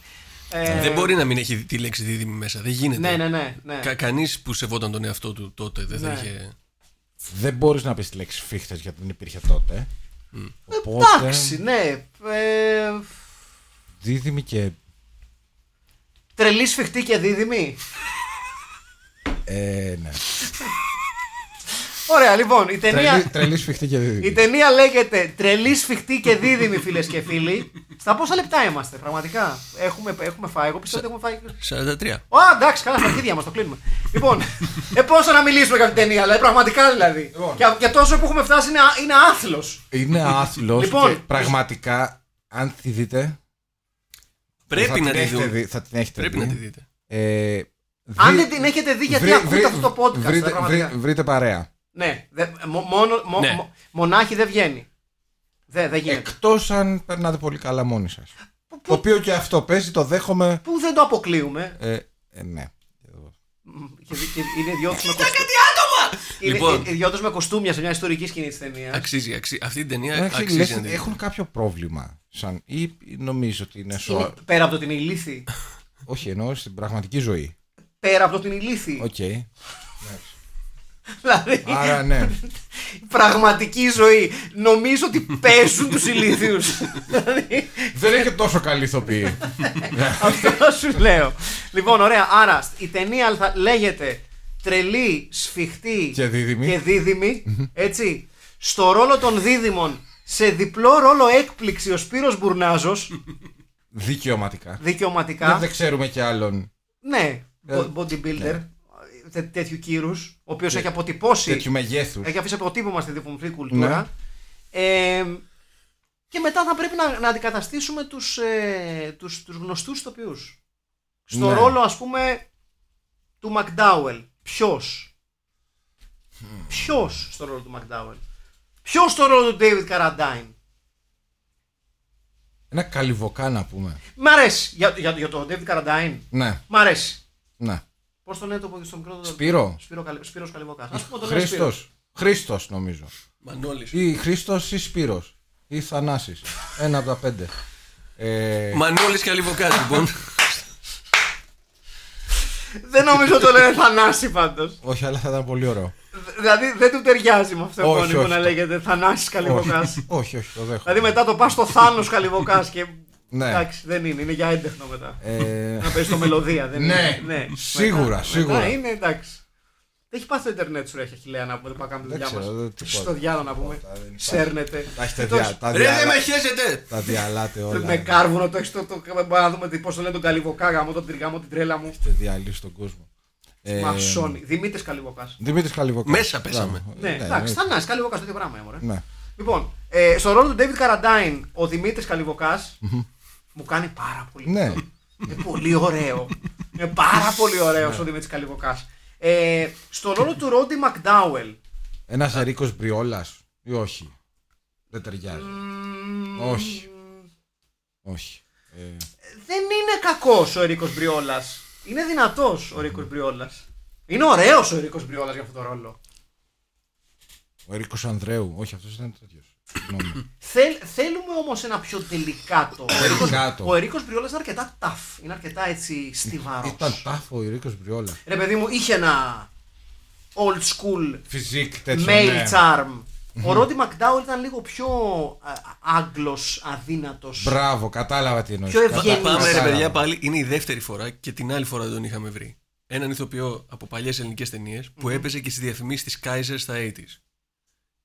Speaker 3: Ε,
Speaker 5: Δεν μπορεί να μην έχει τη λέξη δίδυμη μέσα. Δεν γίνεται.
Speaker 3: Ναι, ναι, ναι. ναι.
Speaker 5: Κα- Κανείς που σεβόταν τον εαυτό του τότε δεν θα
Speaker 3: Ναι.
Speaker 5: είχε.
Speaker 4: Δεν μπορείς να πεις τη λέξη φίχτες γιατί δεν υπήρχε τότε. Οπότε.
Speaker 3: Εντάξει, ναι. Ε,
Speaker 4: Δίδυμοι και.
Speaker 3: τρελής σφιχτή και δίδυμη.
Speaker 4: Ε, ναι.
Speaker 3: Ωραία, λοιπόν, η
Speaker 4: Τρελή,
Speaker 3: ταινία,
Speaker 4: τρελής σφιχτή και
Speaker 3: η
Speaker 4: δίδυμη.
Speaker 3: ταινία λέγεται Τρελής σφιχτή και δίδυμη, φίλες και φίλοι. Στα πόσα λεπτά είμαστε, πραγματικά. Έχουμε, έχουμε φάει. Εγώ πιστεύω ότι έχουμε φάει.
Speaker 5: 43.
Speaker 3: Α, εντάξει, καλά, στα αρχίδια μας το κλείνουμε. λοιπόν, ε, πόσο να μιλήσουμε για αυτή την ταινία, αλλά πραγματικά δηλαδή.
Speaker 4: Λοιπόν.
Speaker 3: Και, και τόσο που έχουμε φτάσει είναι, α- είναι άθλος.
Speaker 4: Είναι άθλος.
Speaker 3: Λοιπόν.
Speaker 4: και πραγματικά, αν τη δείτε. θα
Speaker 5: Πρέπει
Speaker 4: την
Speaker 5: να τη
Speaker 4: έχετε
Speaker 5: δουν.
Speaker 4: δει- Θα την έχετε
Speaker 5: Πρέπει
Speaker 4: δει.
Speaker 5: να τη δείτε.
Speaker 4: Ε,
Speaker 3: Αν
Speaker 4: δι-
Speaker 3: δεν την έχετε δει, γιατί
Speaker 4: βρει-
Speaker 3: ακούτε
Speaker 4: βρει-
Speaker 3: αυτό το podcast.
Speaker 4: βρείτε-
Speaker 3: ε, πραγματικά.
Speaker 4: βρει- βρείτε παρέα.
Speaker 3: Ναι, δε, μο- μόνο, μο-
Speaker 5: Ναι.
Speaker 3: μο- μονάχη δεν βγαίνει. Δε- δεν γίνεται.
Speaker 4: Εκτός αν περνάτε πολύ καλά μόνοι σας.
Speaker 3: Που-
Speaker 4: Το
Speaker 3: που,
Speaker 4: οποίο και αυτό παίζει, το δέχομαι.
Speaker 3: που δεν το αποκλείουμε.
Speaker 4: Ε, ε, ναι.
Speaker 3: Μ, Και, και είναι ιδιώτης με κοστούμια. Είναι
Speaker 5: Λοιπόν.
Speaker 3: λοιπόν. ιδιώτης με κοστούμια σε μια ιστορική σκηνή της ταινίας.
Speaker 5: Αξίζει, αξί... αυτή την ταινία
Speaker 4: Εντάξει,
Speaker 5: Ε, αξίζει.
Speaker 4: λες
Speaker 5: να τη
Speaker 4: ότι
Speaker 5: δείτε.
Speaker 4: έχουν κάποιο πρόβλημα. Σαν, ή νομίζω ότι είναι
Speaker 3: Είναι
Speaker 4: σο...
Speaker 3: πέρα από το την ηλίθη.
Speaker 4: Όχι, εννοώ στην πραγματική ζωή.
Speaker 3: Πέρα από το την ηλίθη.
Speaker 4: Οκ.
Speaker 3: δηλαδή,
Speaker 4: Άρα ναι.
Speaker 3: πραγματική ζωή. Νομίζω ότι παίζουν τους ηλίθιους. δηλαδή,
Speaker 4: Δεν έχει τόσο καλή ηθοποιή.
Speaker 3: αυτό σου λέω. λοιπόν, ωραία. Άρα, η ταινία θα λέγεται Τρελή, σφιχτή
Speaker 4: Και δίδυμη.
Speaker 3: και δίδυμη, έτσι. Στο ρόλο των δίδυμων, σε διπλό ρόλο έκπληξη ο Σπύρος Μπουρνάζος,
Speaker 4: Δικαιωματικά.
Speaker 3: δικαιωματικά.
Speaker 4: Δεν, δεν ξέρουμε κι άλλον.
Speaker 3: Ναι,
Speaker 4: Ε,
Speaker 3: bo- bodybuilder. τε- τέτοιου κύρους, ο οποίος έχει αποτυπώσει.
Speaker 4: Τέτοιου Ναι. μεγέθους.
Speaker 3: Έχει αφήσει αποτύπωμα στη διεθνή κουλτούρα. Ε, και μετά θα πρέπει να, να αντικαταστήσουμε τους, ε, τους, τους γνωστούς ηθοποιούς. Στο
Speaker 4: Ναι.
Speaker 3: ρόλο ας πούμε του Μακντάουελ. Ποιος. Ποιος στο ρόλο του Μακντάουελ. Ποιος στο ρόλο του David Carradine.
Speaker 4: Ένα καλυβοκά να πούμε.
Speaker 3: Μ' αρέσει. Για, για, για τον David Carradine.
Speaker 4: Ναι,
Speaker 3: Μ' αρέσει.
Speaker 4: ναι.
Speaker 3: Πώς τον έτωπο στο μικρό το...
Speaker 4: Σπύρο.
Speaker 3: Σπύρο Καλυ... Σπύρος Καλυβοκάς. Ας πούμε τον λένε
Speaker 4: Χρήστος.
Speaker 3: Σπύρος.
Speaker 4: Χρήστος νομίζω.
Speaker 5: Μανώλης.
Speaker 4: Ή Χρήστος ή Σπύρος. Ή Θανάσης. Ένα από τα πέντε. Ε,
Speaker 5: Μανώλης
Speaker 4: [laughs]
Speaker 5: Καλυβοκάς λοιπόν.
Speaker 3: Δεν νομίζω το λένε Θανάση πάντως.
Speaker 4: όχι, αλλά θα ήταν πολύ ωραίο.
Speaker 3: Δη- Δηλαδή δεν του ταιριάζει με αυτό το
Speaker 4: Όχι,
Speaker 3: επώνυμο
Speaker 4: όχι,
Speaker 3: να
Speaker 4: το-
Speaker 3: λέγεται Θανάσης Καλυβοκάς.
Speaker 4: όχι, όχι, όχι, το δέχομαι.
Speaker 3: Δηλαδή μετά το πας στο Θάνος Καλυβοκάς και.
Speaker 4: Ναι.
Speaker 3: Εντάξει, δεν είναι, είναι για έντεχνο μετά.
Speaker 4: Ε,
Speaker 3: Να παίζει το μελωδία, δεν
Speaker 4: Ναι.
Speaker 3: είναι. Ναι,
Speaker 4: Σίγουρα,
Speaker 3: Μετά-
Speaker 4: σίγουρα.
Speaker 3: μετά είναι εντάξει. Τι έχει πάθει το Ιντερνετ σου, ρε Χιλέα, να πούμε. Δεν πάμε να κάνουμε τη
Speaker 4: Δεν
Speaker 3: δουλειά
Speaker 4: ξέρω,
Speaker 3: μα.
Speaker 4: δεν- τίποτα.
Speaker 3: Στο διάλογο να πούμε.
Speaker 4: Τίποτα, δεν υπάρχει.
Speaker 3: Σέρνεται.
Speaker 4: τα έχετε
Speaker 3: Κοιτάξτε,
Speaker 4: δια- τα
Speaker 5: Ρε δεν με
Speaker 4: διαλά-
Speaker 5: χαίζετε.
Speaker 4: τα διαλάτε όλα.
Speaker 3: Με κάρβουνο το έχεις το. το- Μπορούμε να δούμε πώς το λένε τον Καλυβοκά, γαμώ τον τριγάμο, την τρέλα μου.
Speaker 4: Έχετε διαλύσει τον κόσμο. Ε,
Speaker 3: Μασόνι. Δημήτρης Καλυβοκάς.
Speaker 4: Δημήτρης Καλυβοκάς.
Speaker 5: Μέσα πέσαμε.
Speaker 4: Μπράβο.
Speaker 3: Ναι,
Speaker 4: Ναι,
Speaker 3: εντάξει,
Speaker 4: ναι.
Speaker 3: Θανάσης Καλυβοκάς, το ίδιο πράγμα, ε, μωρέ.
Speaker 4: Ναι.
Speaker 3: Λοιπόν, ε, στο ρόλο του David Carradine, ο Δημήτρης Καλυβοκάς μου κάνει πάρα πολύ.
Speaker 4: Ναι.
Speaker 3: καλό. Είναι πολύ ωραίο. Είναι πάρα πολύ
Speaker 4: Ναι.
Speaker 3: ωραίο ο Δημήτρης Καλυβοκάς. Ε, στο ρόλο του Ρόντι Μακντάουελ.
Speaker 4: Ένας Ερίκος Μπριόλας ή όχι. Δεν ταιριάζει. Όχι. Όχι. Ε,
Speaker 3: Δεν είναι κακός ο Ερίκος Μπριόλας. Είναι δυνατός ο Ερίκος Μπριόλας. Είναι ωραίος ο Ερίκος Μπριόλας για αυτό το ρόλο.
Speaker 4: ο Ερίκος Ανδρέου. Όχι, αυτός ήταν τέτοιος. Συγγνώμη.
Speaker 3: Θέλ, θέλουμε όμως ένα πιο τελικάτο. Ο Ερίκος-
Speaker 4: Τελικάτο.
Speaker 3: Ο Ερίκος Μπριόλας είναι αρκετά tough. Είναι αρκετά έτσι στιβαρός.
Speaker 4: Ήταν τάφο ο Ερίκος Μπριόλας.
Speaker 3: Ρε παιδί μου, είχε ένα old school
Speaker 4: Φιζίκ τέτοιο.
Speaker 3: Male
Speaker 4: ναι.
Speaker 3: charm. Ο Ρόντι Μακντάουελ ήταν λίγο πιο Άγγλος, αδύνατος.
Speaker 4: Μπράβο, κατάλαβα τι εννοείς.
Speaker 3: Πιο
Speaker 4: Κατα-
Speaker 3: ευγενής.
Speaker 5: Πάμε ρε
Speaker 4: κατάλαβα.
Speaker 5: παιδιά πάλι. Είναι η δεύτερη φορά και την άλλη φορά τον είχαμε βρει. Έναν ηθοποιό από παλιές ελληνικές ταινίες που έπαιζε και στις διαφημίσεις της Kaiser στα 80s.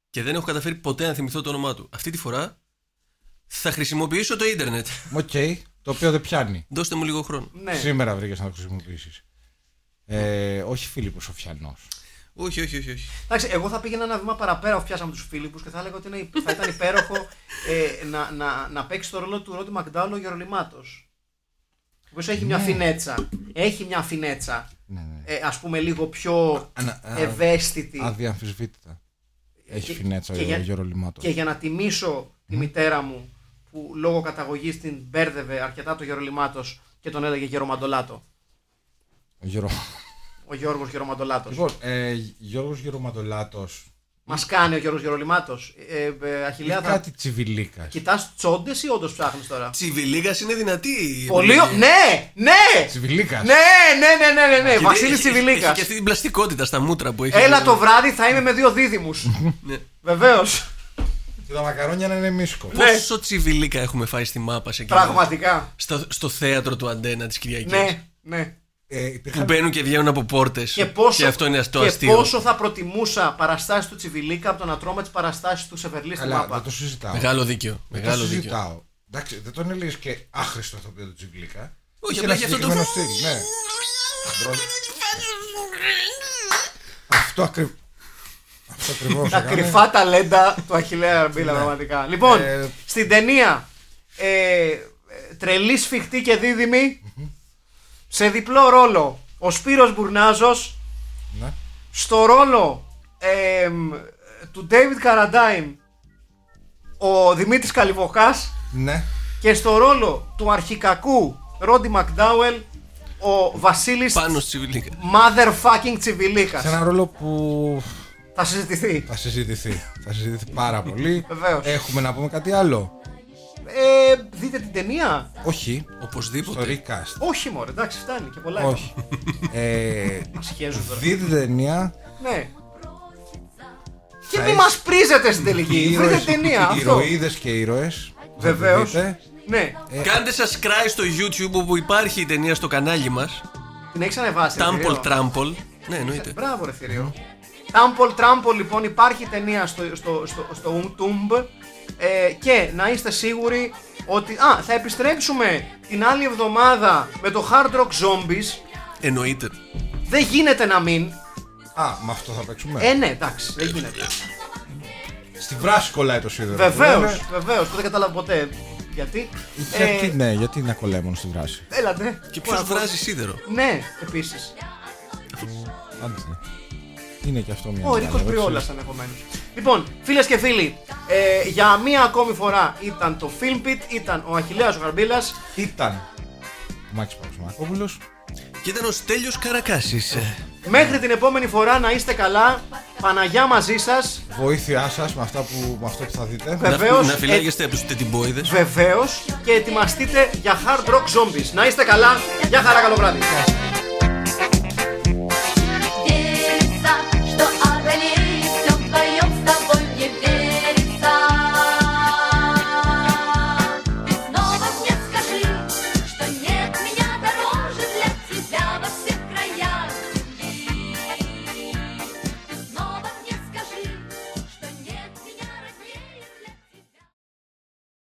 Speaker 5: Και δεν έχω καταφέρει ποτέ να θυμηθώ το όνομά του. Αυτή τη φορά θα χρησιμοποιήσω το ίντερνετ.
Speaker 4: Οκ, το οποίο δεν πιάνει.
Speaker 5: Δώστε μου λίγο χρόνο.
Speaker 3: Ναι.
Speaker 4: Σήμερα βρήκες να το χρησιμοποιήσεις. Ε, όχι Φίλιππος Σοφιανός.
Speaker 5: Όχι, όχι, όχι. όχι.
Speaker 3: Εντάξει, εγώ θα πήγαινα ένα βήμα παραπέρα αφού πιάσαμε τους Φίλιππους και θα έλεγα ότι είναι- θα ήταν υπέροχο ε, να, να, να παίξει το ρόλο του Ρόντι Μακντάουελ ο Γερολιμάτο. Ο οποίος έχει μια φινέτσα. Έχει μια φινέτσα.
Speaker 4: Ναι, ναι.
Speaker 3: Ε, Ας πούμε λίγο πιο
Speaker 4: Ανα- α-
Speaker 3: ευαίσθητη.
Speaker 4: Αδιαμφισβήτητα. Έχει
Speaker 3: Και-
Speaker 4: φινέτσα
Speaker 3: και για-
Speaker 4: ο Γιώργο Λιμάτο.
Speaker 3: Και για να τιμήσω τη μητέρα μου που λόγω καταγωγής την μπέρδευε αρκετά το Γερολιμάτο και τον έλεγε Γερομαντολάτο.
Speaker 4: Ο Γιώργο.
Speaker 3: Ο Γιώργος Γερομαντολάτος.
Speaker 4: Λοιπόν, ε, Γιώργος Γερομαντολάτος.
Speaker 3: Μας κάνει ο Γιώργος Γερολιμάτος. Ε, ε,
Speaker 4: Είναι
Speaker 3: Αχιλέα, θα...
Speaker 4: κάτι τσιβιλίκας.
Speaker 3: κοιτάς τσόντες ή όντως ψάχνεις τώρα.
Speaker 5: Τσιβιλίγα είναι δυνατή. η
Speaker 3: Πολύ...
Speaker 5: επιλογή.
Speaker 3: Ναι, ναι!
Speaker 4: Τσιβιλίκας.
Speaker 3: Ναι, ναι, ναι, ναι, ναι, ναι.
Speaker 5: Και
Speaker 3: Βασίλης
Speaker 5: έχει- Έχει
Speaker 3: Τσιβιλίκας.
Speaker 5: και αυτή την πλαστικότητα στα μούτρα που έχει.
Speaker 3: Έλα το βράδυ θα είμαι με δύο δίδυμους.
Speaker 5: Ναι.
Speaker 3: Βεβαίως.
Speaker 4: Και τα μακαρόνια να είναι μίσκο.
Speaker 3: Ναι.
Speaker 5: Πόσο τσιβιλίκα έχουμε φάει στη μάπα σε εκείνο-
Speaker 3: Πραγματικά.
Speaker 5: στο, στο θέατρο του Αντένα της Κυριακής.
Speaker 3: Ναι, ναι.
Speaker 4: Ε,
Speaker 5: Που
Speaker 4: υπήρχαν-
Speaker 5: μπαίνουν και βγαίνουν από πόρτες.
Speaker 3: Και πόσο,
Speaker 5: αυτό είναι το
Speaker 3: και
Speaker 5: αστείο.
Speaker 3: πόσο θα προτιμούσα παραστάσεις του Τσιβιλίκα από το να τρώμε τις παραστάσεις του Σεβερλί στη
Speaker 4: Καλά,
Speaker 3: μάπα.
Speaker 4: δεν το συζητάω.
Speaker 5: Μεγάλο δίκιο.
Speaker 4: Δεν
Speaker 5: Μεγάλο
Speaker 4: το
Speaker 5: δίκιο.
Speaker 4: συζητάω. Εντάξει, δεν τον έλεγες και άχρηστο το οποίο του τσιβιλίκα.
Speaker 5: Όχι,
Speaker 4: Είχε
Speaker 5: απλά
Speaker 4: ένας
Speaker 5: γι' αυτό το-
Speaker 4: συγκεκριμένος στυλ, ναι. Αυτό ακριβώ. Αυτό ακριβώς.
Speaker 3: Τα κρυφά ταλέντα του Αχιλέα Αρμπίλα, πραγματικά. Λοιπόν,
Speaker 4: Ναι. Ε,
Speaker 3: στην ταινία ε, Τρελή σφιχτή και δίδυμη σε διπλό ρόλο ο Σπύρος Μπουρνάζος
Speaker 4: Ναι.
Speaker 3: στο ρόλο ε, μ, του David Carradine ο Δημήτρης Καλυβοχάς
Speaker 4: Ναι.
Speaker 3: και στο ρόλο του αρχικακού Ρόντι Μακντάουελ ο Βασίλης
Speaker 5: Πάνω στη τσιβιλίκα.
Speaker 3: Motherfucking Τσιβιλίκας.
Speaker 4: Σε ένα ρόλο που
Speaker 3: Θα συζητηθεί.
Speaker 4: θα συζητηθεί. θα συζητηθεί πάρα πολύ.
Speaker 3: Βεβαίως.
Speaker 4: Έχουμε να πούμε κάτι άλλο.
Speaker 3: Ε, δείτε την ταινία.
Speaker 4: Όχι. Το
Speaker 5: Οπωσδήποτε.
Speaker 4: recast.
Speaker 3: Όχι μωρέ, εντάξει φτάνει και πολλά
Speaker 4: Όχι. ε,
Speaker 3: είπαμε. Σχέζουν τώρα.
Speaker 4: δείτε την ταινία.
Speaker 3: Ναι. Και
Speaker 4: Θα
Speaker 3: μη
Speaker 4: έχει-
Speaker 3: μας πρίζετε στην τελική. Βρείτε
Speaker 4: ήρωες-
Speaker 3: ταινία
Speaker 4: οι
Speaker 3: αυτό.
Speaker 4: Ηρωίδες και ήρωες.
Speaker 3: Βεβαίως.
Speaker 4: Θα το δείτε.
Speaker 3: Ναι.
Speaker 5: Κάντε subscribe στο YouTube όπου υπάρχει η ταινία στο κανάλι μας.
Speaker 3: Την έχεις ανεβάσει. ρε,
Speaker 5: Temple
Speaker 3: Θηρίο.
Speaker 5: Trample. Ναι, εννοείται.
Speaker 3: Μπράβο ρε θηρίο. Τάμπολ Τράμπολ λοιπόν υπάρχει ταινία στο, στο, στο, στο Umtumb ε, και να είστε σίγουροι ότι α, θα επιστρέψουμε την άλλη εβδομάδα με το Hard Rock Zombies
Speaker 5: Εννοείται.
Speaker 3: Δεν γίνεται να μην.
Speaker 4: Α, με αυτό θα παίξουμε.
Speaker 3: Ε, ναι, εντάξει, δεν γίνεται.
Speaker 4: Στη βράση κολλάει το σίδερο.
Speaker 3: Βεβαίως,
Speaker 4: Ναι, ναι.
Speaker 3: βεβαίως, που δεν κατάλαβα ποτέ γιατί. Ε,
Speaker 4: Γιατί, ναι, γιατί να κολλάει στη βράση.
Speaker 3: Έλατε.
Speaker 5: Και ποιος βράζει σίδερο.
Speaker 3: Ναι, επίσης.
Speaker 4: Άντε. Είναι και αυτό μια.
Speaker 3: Ο
Speaker 4: μεγάλη
Speaker 3: Ρίκο
Speaker 4: ερώτηση.
Speaker 3: Πριόλα ενδεχομένω. Λοιπόν, φίλες και φίλοι, ε, για μία ακόμη φορά ήταν το Film Pit, ήταν ο Αχηλέας ο Γαρμπίλα.
Speaker 4: Ήταν. Ο Μάκης Παπασμακόπουλος.
Speaker 5: Και ήταν ο Στέλιος Καρακάσης. Ε,
Speaker 3: Μέχρι την επόμενη φορά να είστε καλά. Παναγιά μαζί σας.
Speaker 4: Βοήθειά σας με, αυτά που, με αυτό που θα δείτε.
Speaker 3: Βε-
Speaker 5: Να-
Speaker 3: Βεβαίως, ε,
Speaker 5: Να φυλάγεστε από τους τετιμπόιδες.
Speaker 3: Βεβαίως και ετοιμαστείτε για hard rock zombies. Να είστε καλά. Γεια χαρά, καλό βράδυ.